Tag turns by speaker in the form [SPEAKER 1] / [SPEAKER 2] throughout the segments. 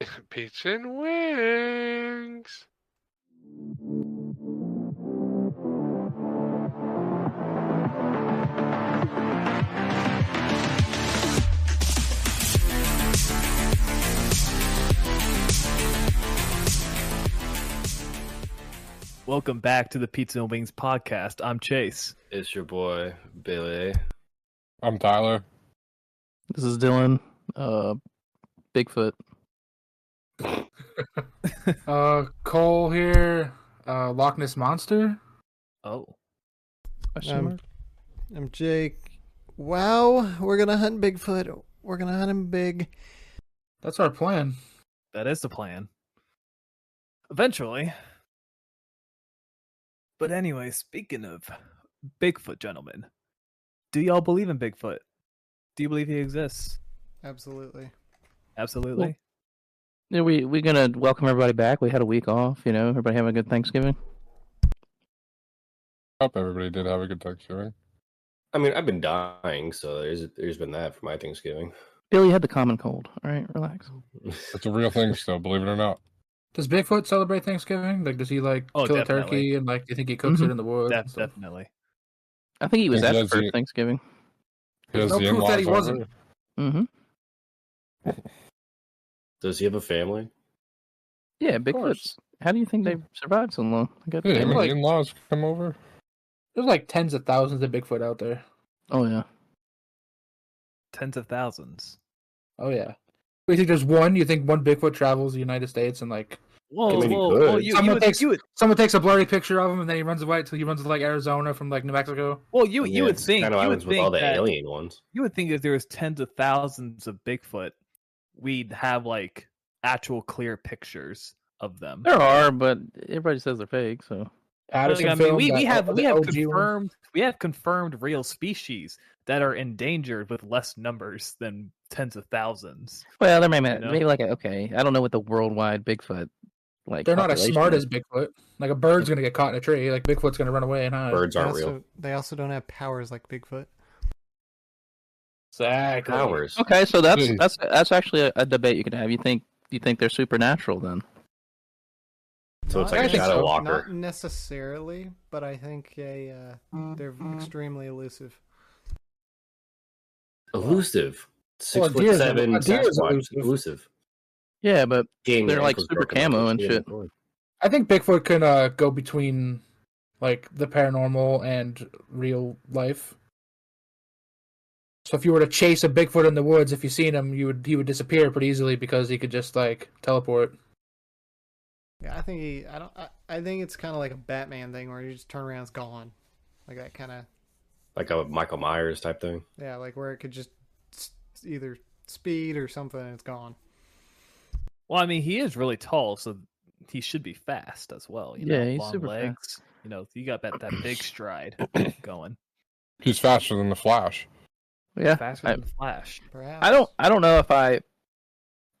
[SPEAKER 1] Peach and Wings.
[SPEAKER 2] Welcome back to the Pizza and Wings podcast. I'm Chase.
[SPEAKER 3] It's your boy Billy.
[SPEAKER 4] I'm Tyler.
[SPEAKER 5] This is Dylan, uh, Bigfoot.
[SPEAKER 4] Uh, Cole here. Uh, Loch Ness Monster.
[SPEAKER 2] Oh,
[SPEAKER 5] Question
[SPEAKER 6] Um,
[SPEAKER 5] mark?
[SPEAKER 6] I'm Jake. Wow, we're gonna hunt Bigfoot. We're gonna hunt him big.
[SPEAKER 4] That's our plan.
[SPEAKER 2] that is the plan. Eventually. But anyway, speaking of Bigfoot, gentlemen, do y'all believe in Bigfoot? Do you believe he exists?
[SPEAKER 6] Absolutely.
[SPEAKER 2] Absolutely.
[SPEAKER 5] Yeah, we we gonna welcome everybody back. We had a week off, you know. Everybody having a good Thanksgiving.
[SPEAKER 4] Hope everybody did have a good Thanksgiving.
[SPEAKER 3] I mean, I've been dying, so there's there's been that for my Thanksgiving.
[SPEAKER 5] Billy had the common cold. All right, relax.
[SPEAKER 4] Does
[SPEAKER 3] That's
[SPEAKER 4] It's a real thing still, believe it or not.
[SPEAKER 7] Bigfoot celebrate Thanksgiving? Like, does he like
[SPEAKER 2] Oh,
[SPEAKER 7] kill
[SPEAKER 2] definitely.
[SPEAKER 7] a turkey and like? Do you think he cooks
[SPEAKER 5] Mhm.
[SPEAKER 7] it in the woods?
[SPEAKER 2] Def-
[SPEAKER 7] and stuff?
[SPEAKER 2] definitely.
[SPEAKER 5] I think he was
[SPEAKER 4] Yeah,
[SPEAKER 5] at the
[SPEAKER 4] that's
[SPEAKER 5] first
[SPEAKER 4] it.
[SPEAKER 5] Thanksgiving.
[SPEAKER 4] He has
[SPEAKER 7] no
[SPEAKER 4] the
[SPEAKER 7] proof
[SPEAKER 4] in-laws
[SPEAKER 7] that he
[SPEAKER 4] over.
[SPEAKER 7] wasn't.
[SPEAKER 5] Mm-hmm.
[SPEAKER 3] Does he have a family?
[SPEAKER 5] Yeah,
[SPEAKER 7] course.
[SPEAKER 5] Bigfoots. How do you think they survived so long? I got
[SPEAKER 4] Yeah, I mean,
[SPEAKER 7] Like-
[SPEAKER 4] in-laws come over.
[SPEAKER 7] There's like tens of thousands of Bigfoot out there.
[SPEAKER 5] Oh yeah.
[SPEAKER 2] Tens of thousands.
[SPEAKER 7] Oh yeah. You think there's one? You think one Bigfoot travels the United States and like
[SPEAKER 2] Whoa,
[SPEAKER 3] mean, he
[SPEAKER 2] whoa, whoa,
[SPEAKER 3] could.
[SPEAKER 2] you, you
[SPEAKER 7] Someone
[SPEAKER 2] would,
[SPEAKER 7] takes-
[SPEAKER 2] you would,
[SPEAKER 7] someone takes a blurry picture of him and then he runs away until he runs to like Arizona from like New Mexico?
[SPEAKER 2] well, you, you
[SPEAKER 3] Yeah,
[SPEAKER 2] would
[SPEAKER 3] it's
[SPEAKER 2] think,
[SPEAKER 3] Channel
[SPEAKER 2] you would
[SPEAKER 3] Islands with all
[SPEAKER 2] think
[SPEAKER 3] the
[SPEAKER 2] that,
[SPEAKER 3] alien ones.
[SPEAKER 2] you would think if there was tens of thousands of Bigfoot, we'd have like actual clear pictures of them.
[SPEAKER 5] There are, but everybody says they're fake. So
[SPEAKER 7] Addison
[SPEAKER 2] Like, I mean,
[SPEAKER 7] film,
[SPEAKER 2] we, we
[SPEAKER 7] that-
[SPEAKER 2] have
[SPEAKER 7] the
[SPEAKER 2] we have
[SPEAKER 7] OG one.
[SPEAKER 2] confirmed we have confirmed real species that are endangered with less numbers than tens of thousands.
[SPEAKER 5] well, there may be
[SPEAKER 2] know?
[SPEAKER 5] maybe like a, okay. I don't know what the worldwide Bigfoot like.
[SPEAKER 7] They're not as
[SPEAKER 5] population
[SPEAKER 7] smart
[SPEAKER 5] is.
[SPEAKER 7] as Bigfoot. Like a bird's gonna get caught in a tree. Like Bigfoot's gonna run away and hide.
[SPEAKER 3] Birds
[SPEAKER 6] They
[SPEAKER 3] aren't
[SPEAKER 6] also,
[SPEAKER 3] real.
[SPEAKER 6] They also don't have powers like Bigfoot.
[SPEAKER 7] Exactly.
[SPEAKER 3] Powers.
[SPEAKER 5] Okay, so that's
[SPEAKER 4] Hey.
[SPEAKER 5] that's that's actually a, a debate you could have. You think you think they're supernatural then?
[SPEAKER 3] So it's like
[SPEAKER 6] Not-
[SPEAKER 7] a
[SPEAKER 6] I think
[SPEAKER 7] shadow
[SPEAKER 6] so.
[SPEAKER 3] walker.
[SPEAKER 6] Not necessarily, but I think a
[SPEAKER 7] Mm-hmm.
[SPEAKER 6] uh, they're extremely elusive.
[SPEAKER 3] Elusive. Six
[SPEAKER 7] Well, a
[SPEAKER 3] foot
[SPEAKER 7] deer is-
[SPEAKER 3] seven
[SPEAKER 7] a deer is
[SPEAKER 3] Sasquatch.
[SPEAKER 7] elusive.
[SPEAKER 3] Elusive.
[SPEAKER 5] Yeah, but
[SPEAKER 3] Game
[SPEAKER 5] They're
[SPEAKER 3] your
[SPEAKER 5] like
[SPEAKER 3] ankle's
[SPEAKER 5] super
[SPEAKER 3] broken, I
[SPEAKER 5] camo
[SPEAKER 3] can't
[SPEAKER 5] and
[SPEAKER 3] see it
[SPEAKER 5] shit.
[SPEAKER 3] anymore.
[SPEAKER 7] I think Bigfoot can uh, go between like the paranormal and real life. So if you were to chase a Bigfoot in the woods, if you seen him, you would he would disappear pretty easily because he could just like teleport.
[SPEAKER 6] Yeah, I think he. I don't. I, I think it's kind of like a Batman thing where you just turn around, it's gone, like that kind of.
[SPEAKER 3] Like a Michael Myers type thing.
[SPEAKER 6] Yeah, like where it could just s- either speed or something, and it's gone.
[SPEAKER 2] Well, I mean, he is really tall, so he should be fast as well. You know,
[SPEAKER 5] Yeah, he's
[SPEAKER 2] long
[SPEAKER 5] super fast.
[SPEAKER 2] legs. You know, you got that, that big stride going
[SPEAKER 4] He's faster than the Flash.
[SPEAKER 5] yeah,
[SPEAKER 2] faster
[SPEAKER 5] I-
[SPEAKER 2] than the Flash.
[SPEAKER 6] Perhaps
[SPEAKER 5] I don't I don't know if I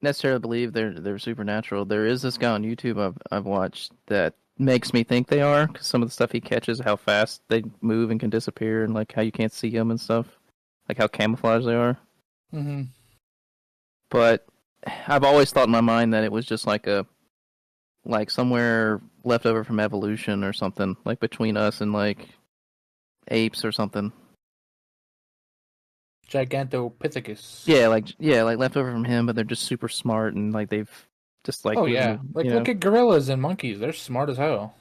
[SPEAKER 5] necessarily believe they're they're supernatural. There is this guy on YouTube I've I've watched that makes me think they are because some of the stuff he catches, how fast they move and can disappear, and like how you can't see them and stuff, like how camouflaged they are.
[SPEAKER 7] Mm-hmm.
[SPEAKER 5] But I've always thought in my mind that it was just like a like somewhere left over from evolution or something, like between us and like apes or something.
[SPEAKER 7] Gigantopithecus.
[SPEAKER 5] Yeah, like yeah, like left over from him, but they're just super smart and like they've just like
[SPEAKER 7] oh yeah.
[SPEAKER 5] lived-
[SPEAKER 7] Like
[SPEAKER 5] you
[SPEAKER 7] look
[SPEAKER 5] know.
[SPEAKER 7] at gorillas and monkeys. They're smart as hell.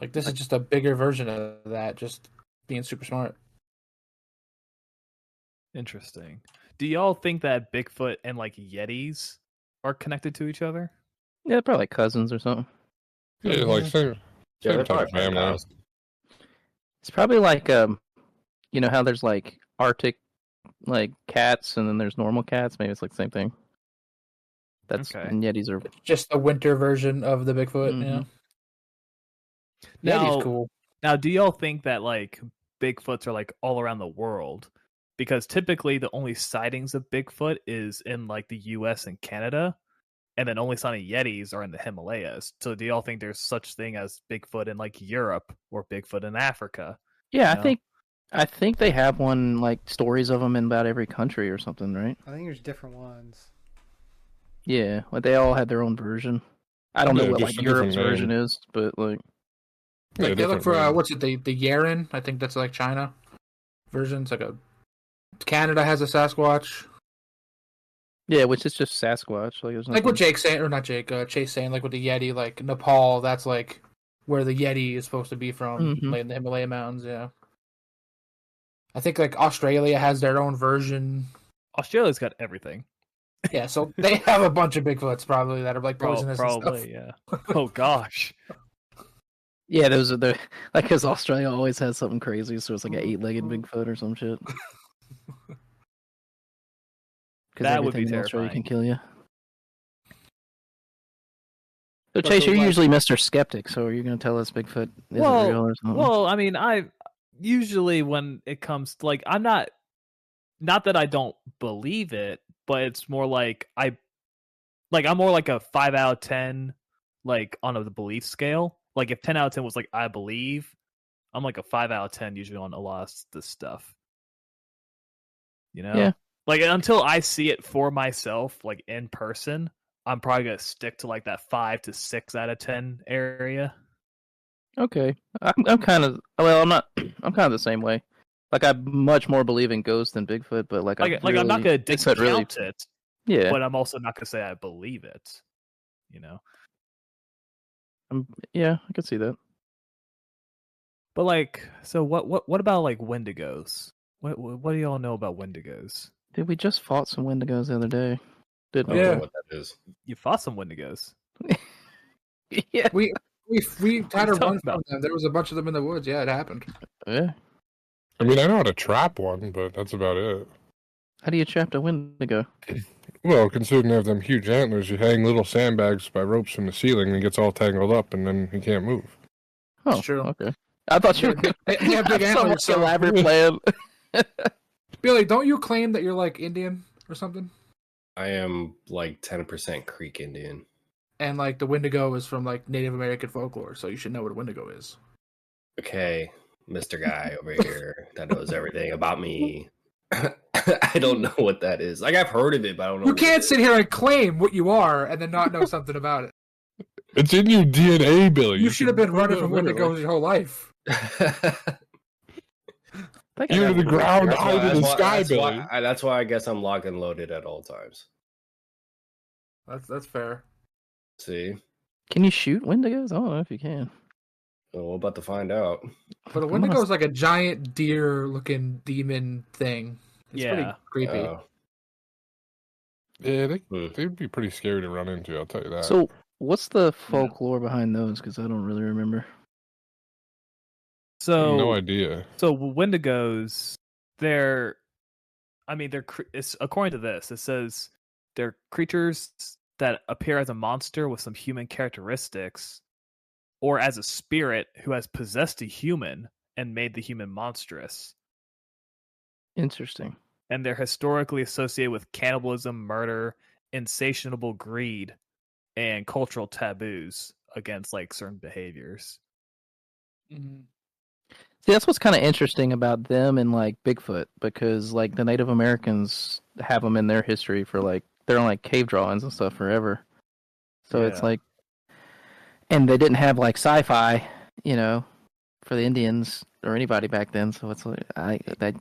[SPEAKER 7] Like this is just a bigger version of that, just being super smart.
[SPEAKER 2] Interesting. Do y'all think that Bigfoot and like Yetis are connected to each other?
[SPEAKER 5] yeah, probably like cousins or something.
[SPEAKER 4] Yeah, like same.
[SPEAKER 3] Yeah,
[SPEAKER 4] Same
[SPEAKER 3] they're
[SPEAKER 4] type of
[SPEAKER 3] probably
[SPEAKER 4] family.
[SPEAKER 3] family.
[SPEAKER 5] It's probably like um, you know how there's like Arctic like cats and then there's normal cats. Maybe it's like the same thing. That's
[SPEAKER 2] Okay.
[SPEAKER 5] and Yetis are
[SPEAKER 7] Just the winter version of the Bigfoot.
[SPEAKER 5] Mm-hmm.
[SPEAKER 7] You know,
[SPEAKER 2] Now-
[SPEAKER 7] Yeti's cool.
[SPEAKER 2] Now, do y'all think that like Bigfoots are like all around the world? Because typically the only sightings of Bigfoot is in like the US and Canada, and then only sightings of Yetis are in the Himalayas. So do y'all think there's such thing as Bigfoot in like Europe or Bigfoot in Africa?
[SPEAKER 5] yeah.
[SPEAKER 2] Yeah.
[SPEAKER 5] I think I think they have one like stories of them in about every country or something, right?
[SPEAKER 6] I think there's different ones.
[SPEAKER 5] Yeah, like they all had their own version. I don't know
[SPEAKER 3] Yeah,
[SPEAKER 5] what
[SPEAKER 3] just
[SPEAKER 5] like
[SPEAKER 3] a
[SPEAKER 5] Europe's
[SPEAKER 3] different
[SPEAKER 5] version is, but like
[SPEAKER 3] Yeah,
[SPEAKER 7] Like, they look
[SPEAKER 3] different
[SPEAKER 7] for uh,
[SPEAKER 3] name.
[SPEAKER 7] what's it? The the Yaren. I think that's like China version. It's like a Canada has a Sasquatch.
[SPEAKER 5] yeah, which is just Sasquatch. Like there's
[SPEAKER 7] Like what
[SPEAKER 5] nothing-
[SPEAKER 7] Jake's saying, or not Jake? Uh, Chase saying like with the Yeti, like Nepal. That's like where the Yeti is supposed to be from,
[SPEAKER 2] Mm-hmm.
[SPEAKER 5] Mhm.
[SPEAKER 7] like in the Himalaya mountains. Yeah. I think like Australia has their own version.
[SPEAKER 2] Australia's got everything.
[SPEAKER 7] Yeah, so they have a bunch of Bigfoots probably that are like
[SPEAKER 2] Prob-
[SPEAKER 7] poisonous. and stuff.
[SPEAKER 2] probably, yeah. Oh gosh.
[SPEAKER 5] Yeah, those are the like because Australia always has something crazy, so it's like an
[SPEAKER 2] Mm-hmm,
[SPEAKER 5] eight-legged Bigfoot or some shit.
[SPEAKER 2] That would be
[SPEAKER 5] everything in Australia
[SPEAKER 2] terrifying.
[SPEAKER 5] Can kill you. So
[SPEAKER 6] But
[SPEAKER 5] Chase,
[SPEAKER 6] the
[SPEAKER 5] you're
[SPEAKER 6] like-
[SPEAKER 5] usually Mr. Skeptic, so are you going to tell us Bigfoot isn't
[SPEAKER 2] Well,
[SPEAKER 5] real or something?
[SPEAKER 2] Well, I mean, I usually when it comes to like I'm not not that I don't believe it, but it's more like I like I'm more like a 5 out of 10 like on a, the belief scale. Like if 10 out of 10 was like I believe, I'm like a 5 out of 10 usually on a lot of s- this stuff. You know?
[SPEAKER 5] Yeah.
[SPEAKER 2] Like until I see it for myself like in person, I'm probably going to stick to like that 5 to 6 out of 10 area.
[SPEAKER 5] Okay, I'm, I'm kind of well. I'm not. I'm kind of the same way. Like I much more believe in ghosts than Bigfoot, but like
[SPEAKER 2] like,
[SPEAKER 5] I
[SPEAKER 2] like I'm not gonna
[SPEAKER 5] really- Bigfoot
[SPEAKER 2] discount
[SPEAKER 5] really.
[SPEAKER 2] it,
[SPEAKER 5] Yeah,
[SPEAKER 2] but I'm also not gonna say I believe it. You know,
[SPEAKER 5] I'm, yeah, I could see that.
[SPEAKER 2] but like, so what? What? What about like Wendigos? What? What, what do y'all know about Wendigos?
[SPEAKER 5] Dude, we just fought some Wendigos the other day,
[SPEAKER 3] I
[SPEAKER 5] didn't
[SPEAKER 3] don't
[SPEAKER 7] Yeah.
[SPEAKER 3] know what that is.
[SPEAKER 2] You fought some Wendigos.
[SPEAKER 5] we? yeah,
[SPEAKER 7] We we had
[SPEAKER 2] you talking
[SPEAKER 7] a run from
[SPEAKER 2] about?
[SPEAKER 7] them. There was a bunch of them in the woods. Yeah, it happened.
[SPEAKER 5] yeah.
[SPEAKER 8] I mean, I know how to trap one, but that's about it.
[SPEAKER 5] How do you trap a Wendigo?
[SPEAKER 8] Well, considering they have them huge antlers, you hang little sandbags by ropes from the ceiling, and he gets all tangled up, and then he can't move.
[SPEAKER 5] Oh,
[SPEAKER 7] It's true.
[SPEAKER 5] Okay. I thought you were
[SPEAKER 7] They- they have big
[SPEAKER 5] so
[SPEAKER 7] antlers,
[SPEAKER 5] much
[SPEAKER 7] so-
[SPEAKER 5] elaborate plan.
[SPEAKER 7] Billy, don't you claim that you're like Indian or something?
[SPEAKER 3] I am like 10% Creek Indian.
[SPEAKER 7] And like the Wendigo is from like Native American folklore, so you should know what a Wendigo is.
[SPEAKER 3] Okay, Mr. Guy over here that knows everything about me. I don't know what that is. Like, I've heard of it, but I don't know.
[SPEAKER 7] You
[SPEAKER 3] what
[SPEAKER 7] can't
[SPEAKER 3] it
[SPEAKER 7] sit
[SPEAKER 3] is.
[SPEAKER 7] here and claim what you are and then not know something about it.
[SPEAKER 8] It's in your DNA, Billy.
[SPEAKER 7] You, should have been running from
[SPEAKER 8] Literally.
[SPEAKER 7] Wendigos your whole life.
[SPEAKER 5] I think I
[SPEAKER 8] You to
[SPEAKER 5] got
[SPEAKER 8] the
[SPEAKER 5] one.
[SPEAKER 8] ground,
[SPEAKER 3] That's why-
[SPEAKER 8] eye to
[SPEAKER 3] that's
[SPEAKER 8] the
[SPEAKER 3] why-
[SPEAKER 8] sky,
[SPEAKER 3] that's
[SPEAKER 8] Billy.
[SPEAKER 3] Why, I, that's why I guess I'm locked and loaded at all times.
[SPEAKER 7] That's that's fair.
[SPEAKER 3] See?
[SPEAKER 5] Can you shoot Wendigos? I don't know if you can.
[SPEAKER 3] Well, we're about to find out.
[SPEAKER 7] But a
[SPEAKER 5] I'm gonna-
[SPEAKER 7] Wendigo is like a giant deer looking demon thing. It's pretty
[SPEAKER 2] Yeah.
[SPEAKER 7] creepy.
[SPEAKER 3] Uh,
[SPEAKER 8] Yeah, they,
[SPEAKER 3] Hmm.
[SPEAKER 8] they'd be pretty scary to run into. I'll tell you that.
[SPEAKER 5] So, what's the folklore behind those? Because I don't really remember.
[SPEAKER 2] So
[SPEAKER 8] no idea.
[SPEAKER 2] So Wendigos, they're, I mean, they're cr- it's, according to this, it says they're creatures that appear as a monster with some human characteristics, or as a spirit who has possessed a human and made the human monstrous.
[SPEAKER 5] Interesting.
[SPEAKER 2] And they're historically associated with cannibalism, murder, insatiable greed, and cultural taboos against like certain behaviors.
[SPEAKER 7] Mm-hmm.
[SPEAKER 5] See, that's what's kind of interesting about them and like Bigfoot because like the Native Americans have them in their history for like they're on like cave drawings and stuff forever. So it's
[SPEAKER 2] Yeah.
[SPEAKER 5] like, and they didn't have like sci-fi, you know, for the Indians or anybody back then. So it's like, I that.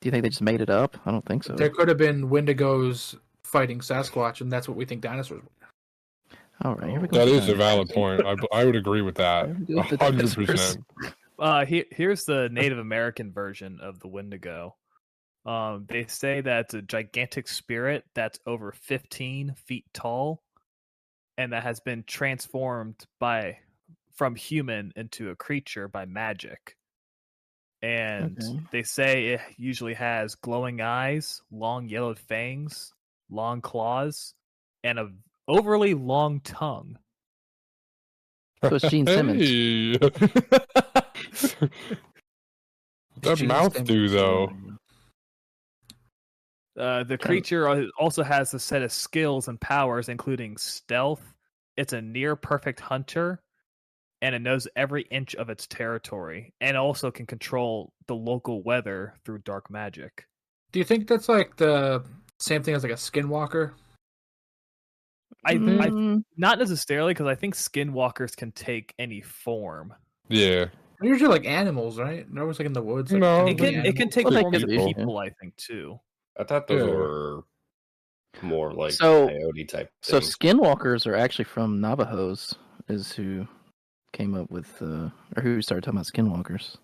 [SPEAKER 5] Do you think they just made it up? I don't think so.
[SPEAKER 7] There could have been Wendigos fighting Sasquatch, and that's what we think dinosaurs were.
[SPEAKER 5] All right, here we go.
[SPEAKER 8] That
[SPEAKER 5] with
[SPEAKER 8] is
[SPEAKER 5] the
[SPEAKER 8] a valid
[SPEAKER 5] dinosaurs.
[SPEAKER 8] point. I, I would agree with that.
[SPEAKER 5] Here we go
[SPEAKER 8] A
[SPEAKER 5] with the
[SPEAKER 8] hundred
[SPEAKER 5] dinosaurs.
[SPEAKER 8] percent.
[SPEAKER 2] uh he, here's the native american version of the wendigo um they say that it's a gigantic spirit that's over 15 feet tall and that has been transformed by from human into a creature by magic and
[SPEAKER 5] Okay.
[SPEAKER 2] they say it usually has glowing eyes long yellow fangs long claws and a overly long tongue
[SPEAKER 5] So it's Gene Simmons.
[SPEAKER 8] Hey. that
[SPEAKER 7] Gene
[SPEAKER 8] mouth
[SPEAKER 7] Simmons.
[SPEAKER 8] do though.
[SPEAKER 2] Uh, the
[SPEAKER 5] Kinda-
[SPEAKER 2] creature al- also has a set of skills and powers, including stealth. It's a near perfect hunter, and it knows every inch of its territory, and also can control the local weather through dark magic.
[SPEAKER 7] Do you think that's like the same thing as like a skinwalker?
[SPEAKER 2] I, I
[SPEAKER 5] Mm,
[SPEAKER 2] not necessarily because I think skinwalkers can take any form.
[SPEAKER 8] Yeah.
[SPEAKER 7] They're usually like animals, right? They're always like in the woods. Like,
[SPEAKER 8] No,
[SPEAKER 7] hunting
[SPEAKER 2] It can it can
[SPEAKER 7] animals.
[SPEAKER 2] take
[SPEAKER 8] Well, they
[SPEAKER 2] forms of
[SPEAKER 5] could be, yeah.
[SPEAKER 2] people, I think too.
[SPEAKER 3] I thought those
[SPEAKER 8] Yeah.
[SPEAKER 3] were more like
[SPEAKER 5] So-
[SPEAKER 3] coyote type.
[SPEAKER 5] so
[SPEAKER 3] things.
[SPEAKER 5] skinwalkers are actually from Navajos, is who came up with uh, or who started talking about skinwalkers.